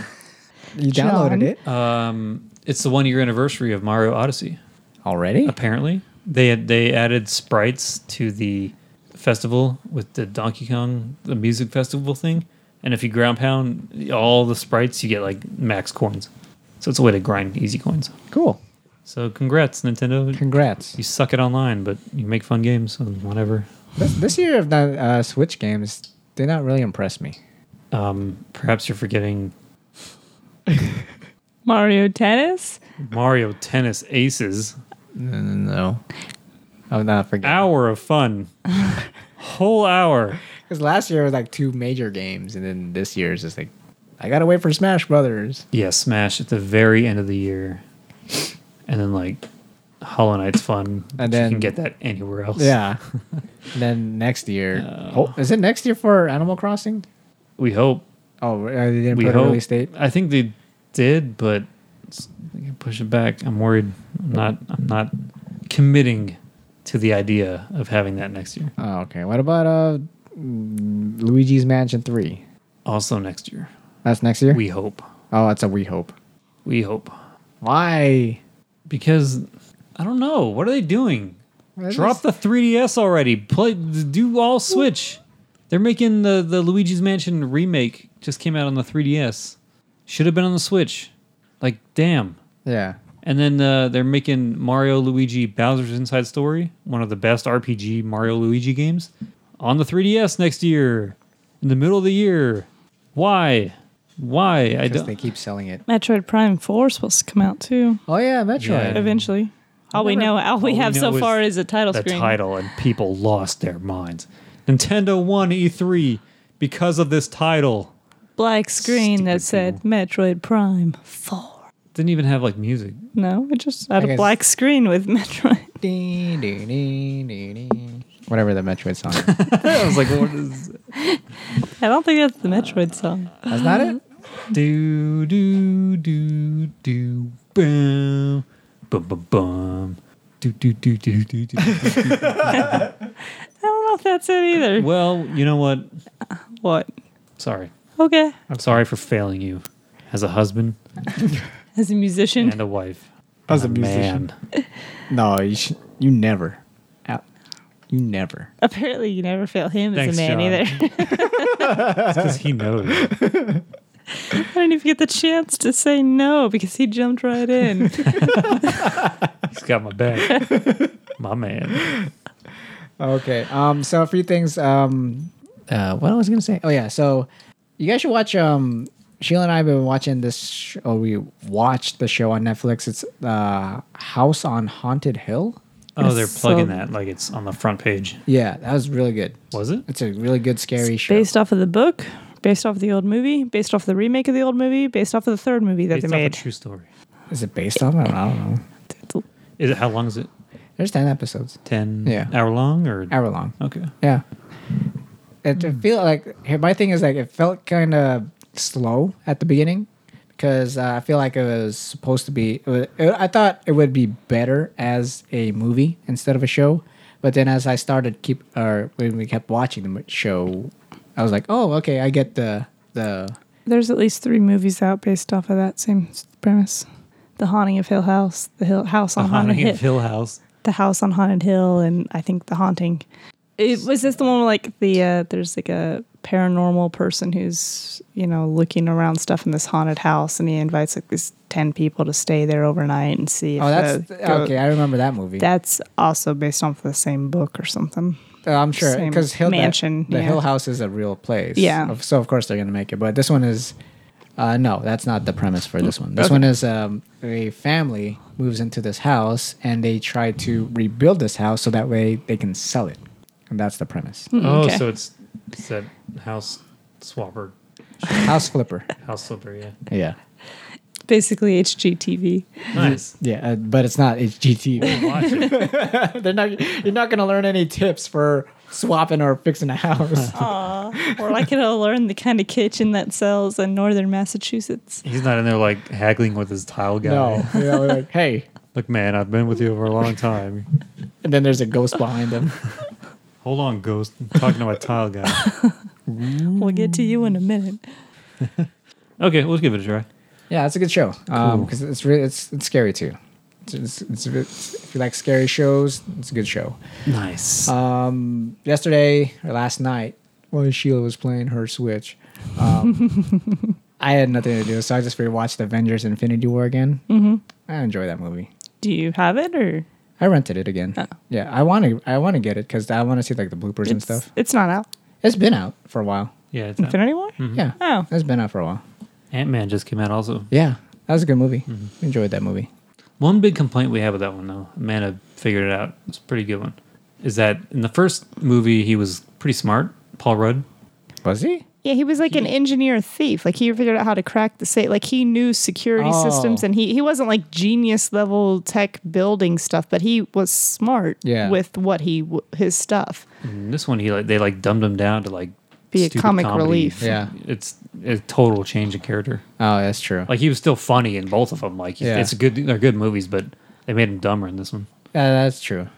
A: you
B: John.
A: downloaded it
C: um, it's the one year anniversary of Mario Odyssey.
A: already?
C: Apparently, they had, they added sprites to the festival with the Donkey Kong the music festival thing. And if you ground pound all the sprites, you get like max coins. So it's a way to grind easy coins.
A: Cool.
C: So congrats, Nintendo.
A: Congrats.
C: you suck it online, but you make fun games, so whatever.
A: This, this year of the uh, Switch games, they not really impress me.
C: Um, perhaps you're forgetting
B: Mario Tennis.
C: Mario Tennis Aces. Mm, Ah.
A: No. I'm not forgetting.
C: Hour of fun. whole hour.
A: Because last year was like two major games, and then this year is just like, I gotta wait for Smash Brothers.
C: Yeah, Smash at the very end of the year, and then like Hollow Knight's fun.
A: And
C: And
A: then-
C: you can get that anywhere else.
A: Yeah. And then next year, oh, is it next year for Animal Crossing?
C: we hope.
A: Oh, uh, they didn't
C: We
A: put
C: hope.
A: a release date.
C: I think they did, but s- they can push it back. I'm worried. I'm not. I'm not committing to the idea of having that next year.
A: Oh, okay. What about uh, mm, Luigi's Mansion Three?
C: Also next year,
A: That's next year.
C: we hope.
A: oh, that's a we hope.
C: We hope
A: Why?
C: because I don't know what are they doing. Drop the 3DS already. Play do all Switch. They're making the the Luigi's Mansion remake just came out on the 3DS. Should have been on the Switch. Like damn.
A: Yeah.
C: And then uh, they're making Mario Luigi Bowser's Inside Story, one of the best RPG Mario Luigi games, on the 3DS next year, in the middle of the year. Why? Why? I
A: Because
C: don't.
A: they keep selling it.
B: Metroid Prime Four is supposed to come out too
A: Oh yeah, Metroid.
C: Yeah.
B: eventually. All we
A: Never-
B: know, all we
C: all we
B: have so
C: know is
B: far is a title
C: the
B: screen.
C: title, and people lost their minds. Nintendo won E3 because of this title.
B: Black screen that said
C: Stupid
B: Metroid Prime Four.
C: Didn't even have like music.
B: No, it just had
A: I
B: a
A: guess-
B: black screen with Metroid.
A: Ding, ding, ding, ding, ding. Whatever the Metroid song. is.
C: I was like, what is?
B: I don't think that's the Metroid song.
A: That's not it.
C: do do do do bum bum bum bum do do do do do do.
B: I don't know if that's it either. What?
C: well, you know what? Sorry,
B: Okay.
C: I'm sorry for failing you as a husband
B: As a musician,
C: and a wife.
A: As
C: and
A: a musician. No, you should, you never. Out. You never.
B: apparently you never fail him as
C: Thanks,
B: a man
C: John.
B: either.
C: because he knows.
B: I didn't even get the chance to say no because he jumped right in.
C: He's got my back. My man.
A: Okay. Um. So a few things. Um. Uh. What was I gonna say? Oh yeah. So you guys should watch. Um. Sheila and I have been watching this. Sh- oh, we watched the show on Netflix. It's uh House on Haunted Hill.
C: Oh, they're
B: It's
C: plugging
B: so-
C: that like it's on the front page.
A: Yeah, that was really good.
C: Was it?
A: It's a really good scary show.
B: based off of the book, based off of the old movie, based off of the remake of the old movie, based off of the third movie that
C: Based off
B: they
C: a
B: made.
C: true story.
A: is it based on? I don't, I don't know.
C: Is it how long is it?
A: There's ten episodes,
C: Ten
A: Yeah.
C: hour long or
A: hour long.
C: okay.
A: Yeah. It, it feel like here- my thing is like it felt kind of slow at the beginning because uh, I feel like it was supposed to be. It was, it, I thought it would be better as a movie instead of a show, but then as I started keep or when we kept watching the mo- show, I was like, oh, okay, I get the the
B: There's at least three movies out based off of that same s- premise. The Haunting of Hill House, The Hill House on Haunted
C: Haunting
B: Hill,
C: of Hill House.
B: The House on Haunted Hill, and I think The Haunting. It was this the one where like the uh, there's like a paranormal person who's you know looking around stuff in this haunted house, and he invites like these ten people to stay there overnight and see. If
A: oh that's
B: the- go-
A: okay. I remember that movie.
B: That's also based off the same book or something.
A: Uh, I'm sure
B: Same
A: because Hill that-
B: mansion,
A: the
B: yeah.
A: Hill House is a real place.
B: Yeah.
A: Of- So of course they're gonna make it, but this one is, uh, no, that's not the premise for this one. This one is um, a family moves into this house and they try to rebuild this house so that way they can sell it, and that's the premise.
C: Oh,
B: Mm, okay.
C: so it's, it's that house swapper,
A: house flipper.
C: house slipper, yeah.
A: Yeah.
B: Basically, HGTV.
C: Nice.
A: Yeah, uh, but it's not HGTV.
C: Watch it.
A: they're not. You're not gonna learn any tips for swapping or fixing a house.
B: or I could all learn the kind of kitchen that sells in northern Massachusetts.
C: He's not in there like haggling with his tile guy.
A: no. You know, like hey,
C: Look, man, I've been with you for a long time.
A: and then there's a ghost behind them.
C: Hold on, ghost. I'm talking to my tile guy.
B: We'll get to you in a minute.
C: Okay, let's give it a try.
A: Yeah, it's a good show because
C: Cool.
A: it's really it's it's scary too. It's, it's, it's, it's- if you like scary shows, it's a good show.
C: Nice.
A: Um, yesterday or last night, when Sheila was playing her Switch, um, I had nothing to do, so I just rewatched Avengers: Infinity War again. Mm-hmm. I enjoy that movie.
B: Do you have it or
A: I rented it again. Yeah, I want to I want to get it because I want to see like the bloopers and
B: it's,
A: stuff.
B: it's not out?
A: It's Hmm. been out for a while.
C: yeah, it's
B: Infinity War?
A: Yeah,
B: Oh.
A: it's been out for a while.
C: Ant Man just came out also.
A: Yeah, that was a good movie. Enjoyed that movie.
C: One big complaint we have with that one though, Amanda figured it out. It's a pretty good one. Is that in the first movie he was pretty smart. Paul Rudd.
A: Was he?
B: Yeah, he was like an engineer thief. Like he figured out how to crack the safe. Like he knew security
A: Oh.
B: systems, and he he wasn't like genius level tech building stuff, but he was smart
A: Yeah.
B: with what he w- his stuff.
C: And this one, he like they like dumbed him down to like
B: Be a
C: stupid
B: comic relief.
A: Yeah.
C: it's a total change of character.
A: Oh, that's true.
C: Like he was still funny in both of them. Like
A: Yeah.
C: it's good. They're good movies, but they made him dumber in this one.
A: Yeah, that's true.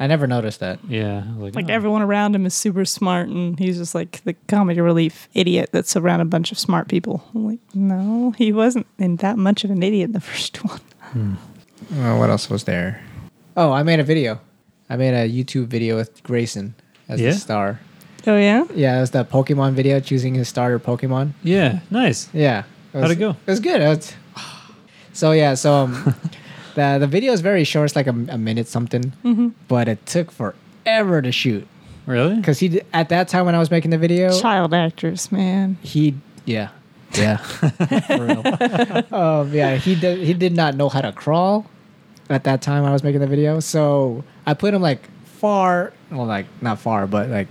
A: I never noticed that.
C: Yeah, I was
B: Like
C: oh.
B: everyone around him is super smart, and he's just like the comedy relief idiot that's around a bunch of smart people. I'm like, no, he wasn't in that much of an idiot in the first one.
A: Oh, what else was there? Oh, I made a video. I made a YouTube video with Grayson as
C: Yeah?
A: the star.
B: Oh yeah,
A: Yeah, it was that Pokemon video choosing his starter Pokemon.
C: Yeah, nice.
A: Yeah.
C: How'd
A: was-
C: it go?
A: It was good. It was- so yeah, so um, the the video is very short. It's like a, a minute something, but it took forever to shoot
C: Really?
A: because he d- at that time when I was making the video,
C: Oh.
B: child actors, man.
A: he yeah yeah For real. um, yeah he did he did not know how to crawl at that time when I was making the video so I put him like far well like not far but like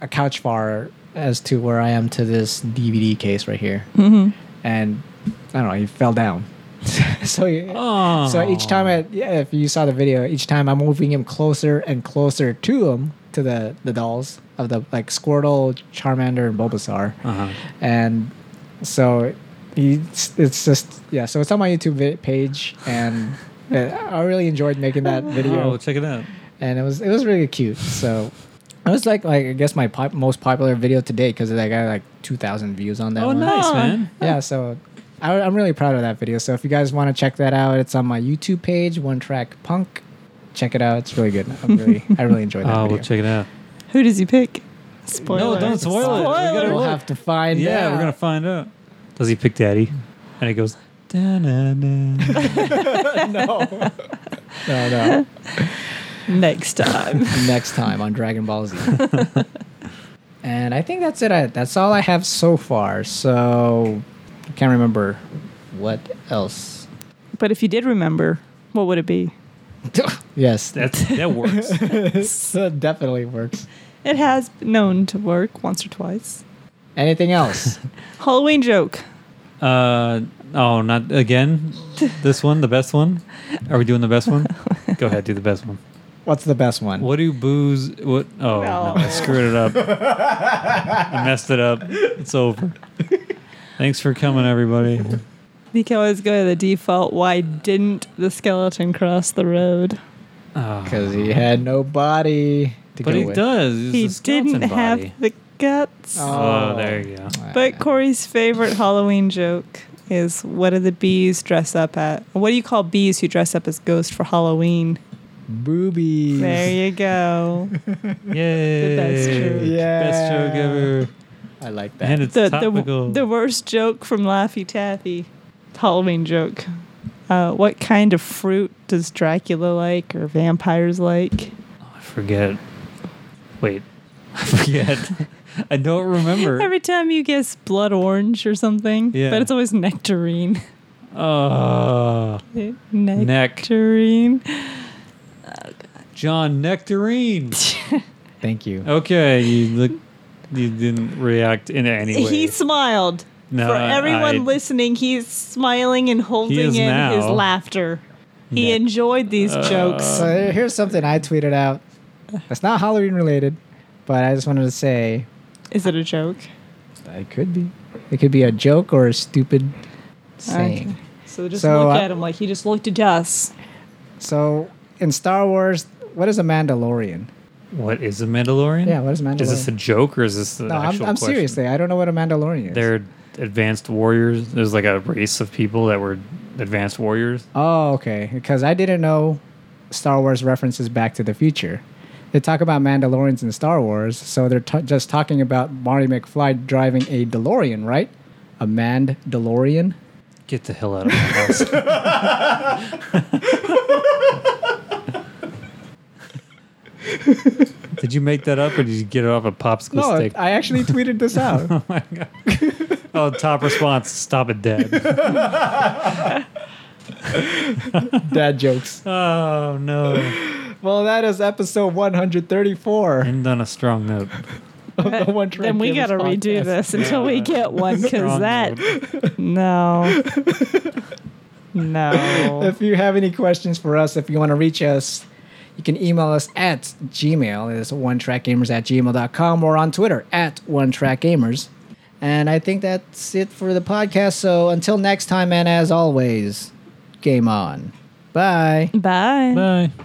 A: a couch far as to where I am to this DVD case right here
B: Mm-hmm.
A: and I don't know he fell down so he-
C: Oh,
A: so each time I yeah if you saw the video each time I'm moving him closer and closer to him to the the dolls of the like Squirtle Charmander and Bulbasaur
C: Uh-huh.
A: and so he, it's just yeah so it's on my youtube vi- page and uh, i really enjoyed making that video
C: Oh, check it out.
A: and it was it was really cute so it was like like i guess my pop- most popular video to date because i got like 2000 views on that
C: Oh,
A: one.
C: nice
B: Oh.
C: man.
A: yeah so I, i'm really proud of that video so if you guys want to check that out it's on my youtube page one track punk check it out it's really good i'm really i really enjoyed that
C: Oh,
A: video
C: we'll check it out.
B: Who does he pick? Spoiler.
C: No, don't spoil it. We gotta
B: Spoiler.
A: we'll
C: look.
A: have to find
C: Yeah, we're
A: out.
C: gonna find out. Does he pick Daddy? And he goes. "Da-na-na."
A: no no no
B: Next time.
A: next time on Dragon Ball Z. and I think that's it. I, that's all I have so far. So I can't remember what else.
B: But if you did remember, what would it be?
A: yes, that
C: That's that works.
A: definitely works.
B: It has been known to work once or twice.
A: Anything else?
B: Halloween joke.
C: Uh oh, not again. This one, the best one. Are we doing the best one? Go ahead, do the best one.
A: What's the best one?
C: What do boos? What? Oh, no. I
B: No.
C: screwed it up. I messed it up. It's over. Thanks for coming, everybody.
B: You can always go to the default. Why didn't the skeleton cross the road?
C: Oh,
A: Because he had no body to
C: but
A: go
C: he
A: with.
C: does. He's
B: he
C: a skeleton
B: didn't
C: body.
B: have the guts.
A: Oh.
C: Oh, there you go.
A: Uh,
B: But Corey's favorite Halloween joke is what do the bees dress up at? What do you call bees who dress up as ghosts for Halloween?
A: boobies.
B: There you go.
C: Yay!
B: That's true.
A: Yeah.
C: Best joke ever.
A: I like that.
C: And it's
B: the,
C: topical.
B: the, the worst joke from Laffy Taffy, Halloween joke. Uh, what kind of fruit does Dracula like or vampires like?
C: I forget. Wait, I forget. I don't remember.
B: Every time you guess blood orange or something,
C: Yeah.
B: but it's always nectarine. Eh,
C: Oh,
B: nectarine.
C: John Nectarine.
A: Thank you.
C: Okay, you look. You didn't react in any way.
B: He smiled.
C: No,
B: For
C: I-
B: everyone
C: I-
B: listening, he's smiling and holding
C: is
B: in his
C: now.
B: laughter. He
C: Nec- Uh.
B: enjoyed these jokes.
A: So here- here's something I tweeted out. That's not Halloween related, but I just wanted to say
B: Is it a joke?
A: it could be. It could be a joke or a stupid saying.
B: Okay. So just
A: So,
B: look
A: uh,
B: at him like he just looked at us.
A: So in Star Wars, what is a Mandalorian?
C: what is a Mandalorian?
A: Yeah, what is Mandalorian?
C: Is this a joke or is this an
A: no, I'm,
C: actual
A: I'm
C: question?
A: seriously. I don't know what a Mandalorian is.
C: They're advanced warriors. There's like a race of people that were advanced warriors.
A: oh, okay. Because I didn't know Star Wars references Back to the Future. They talk about Mandalorians in Star Wars, so they're t- just talking about Marty McFly driving a DeLorean, right? A manned DeLorean.
C: Get the hell out of my house. did you make that up or did you get it off a popsicle
A: No,
C: stick?
A: I actually tweeted this out.
C: oh, top response. Stop it, Dad.
A: Dad jokes.
C: Oh, no.
A: Well, that is episode 134.
C: End on a strong note.
A: the one track
B: then we
A: Taylor's
B: gotta
A: podcast.
B: redo this until we get one because
D: Strong
B: that no no
A: If you have any questions for us, if you want to reach us, you can email us at Gmail. It's one track gamers at gmail.com or on Twitter at one track gamers. And I think that's it for the podcast. So until next time, and as always, game on. Bye.
B: bye
D: Bye.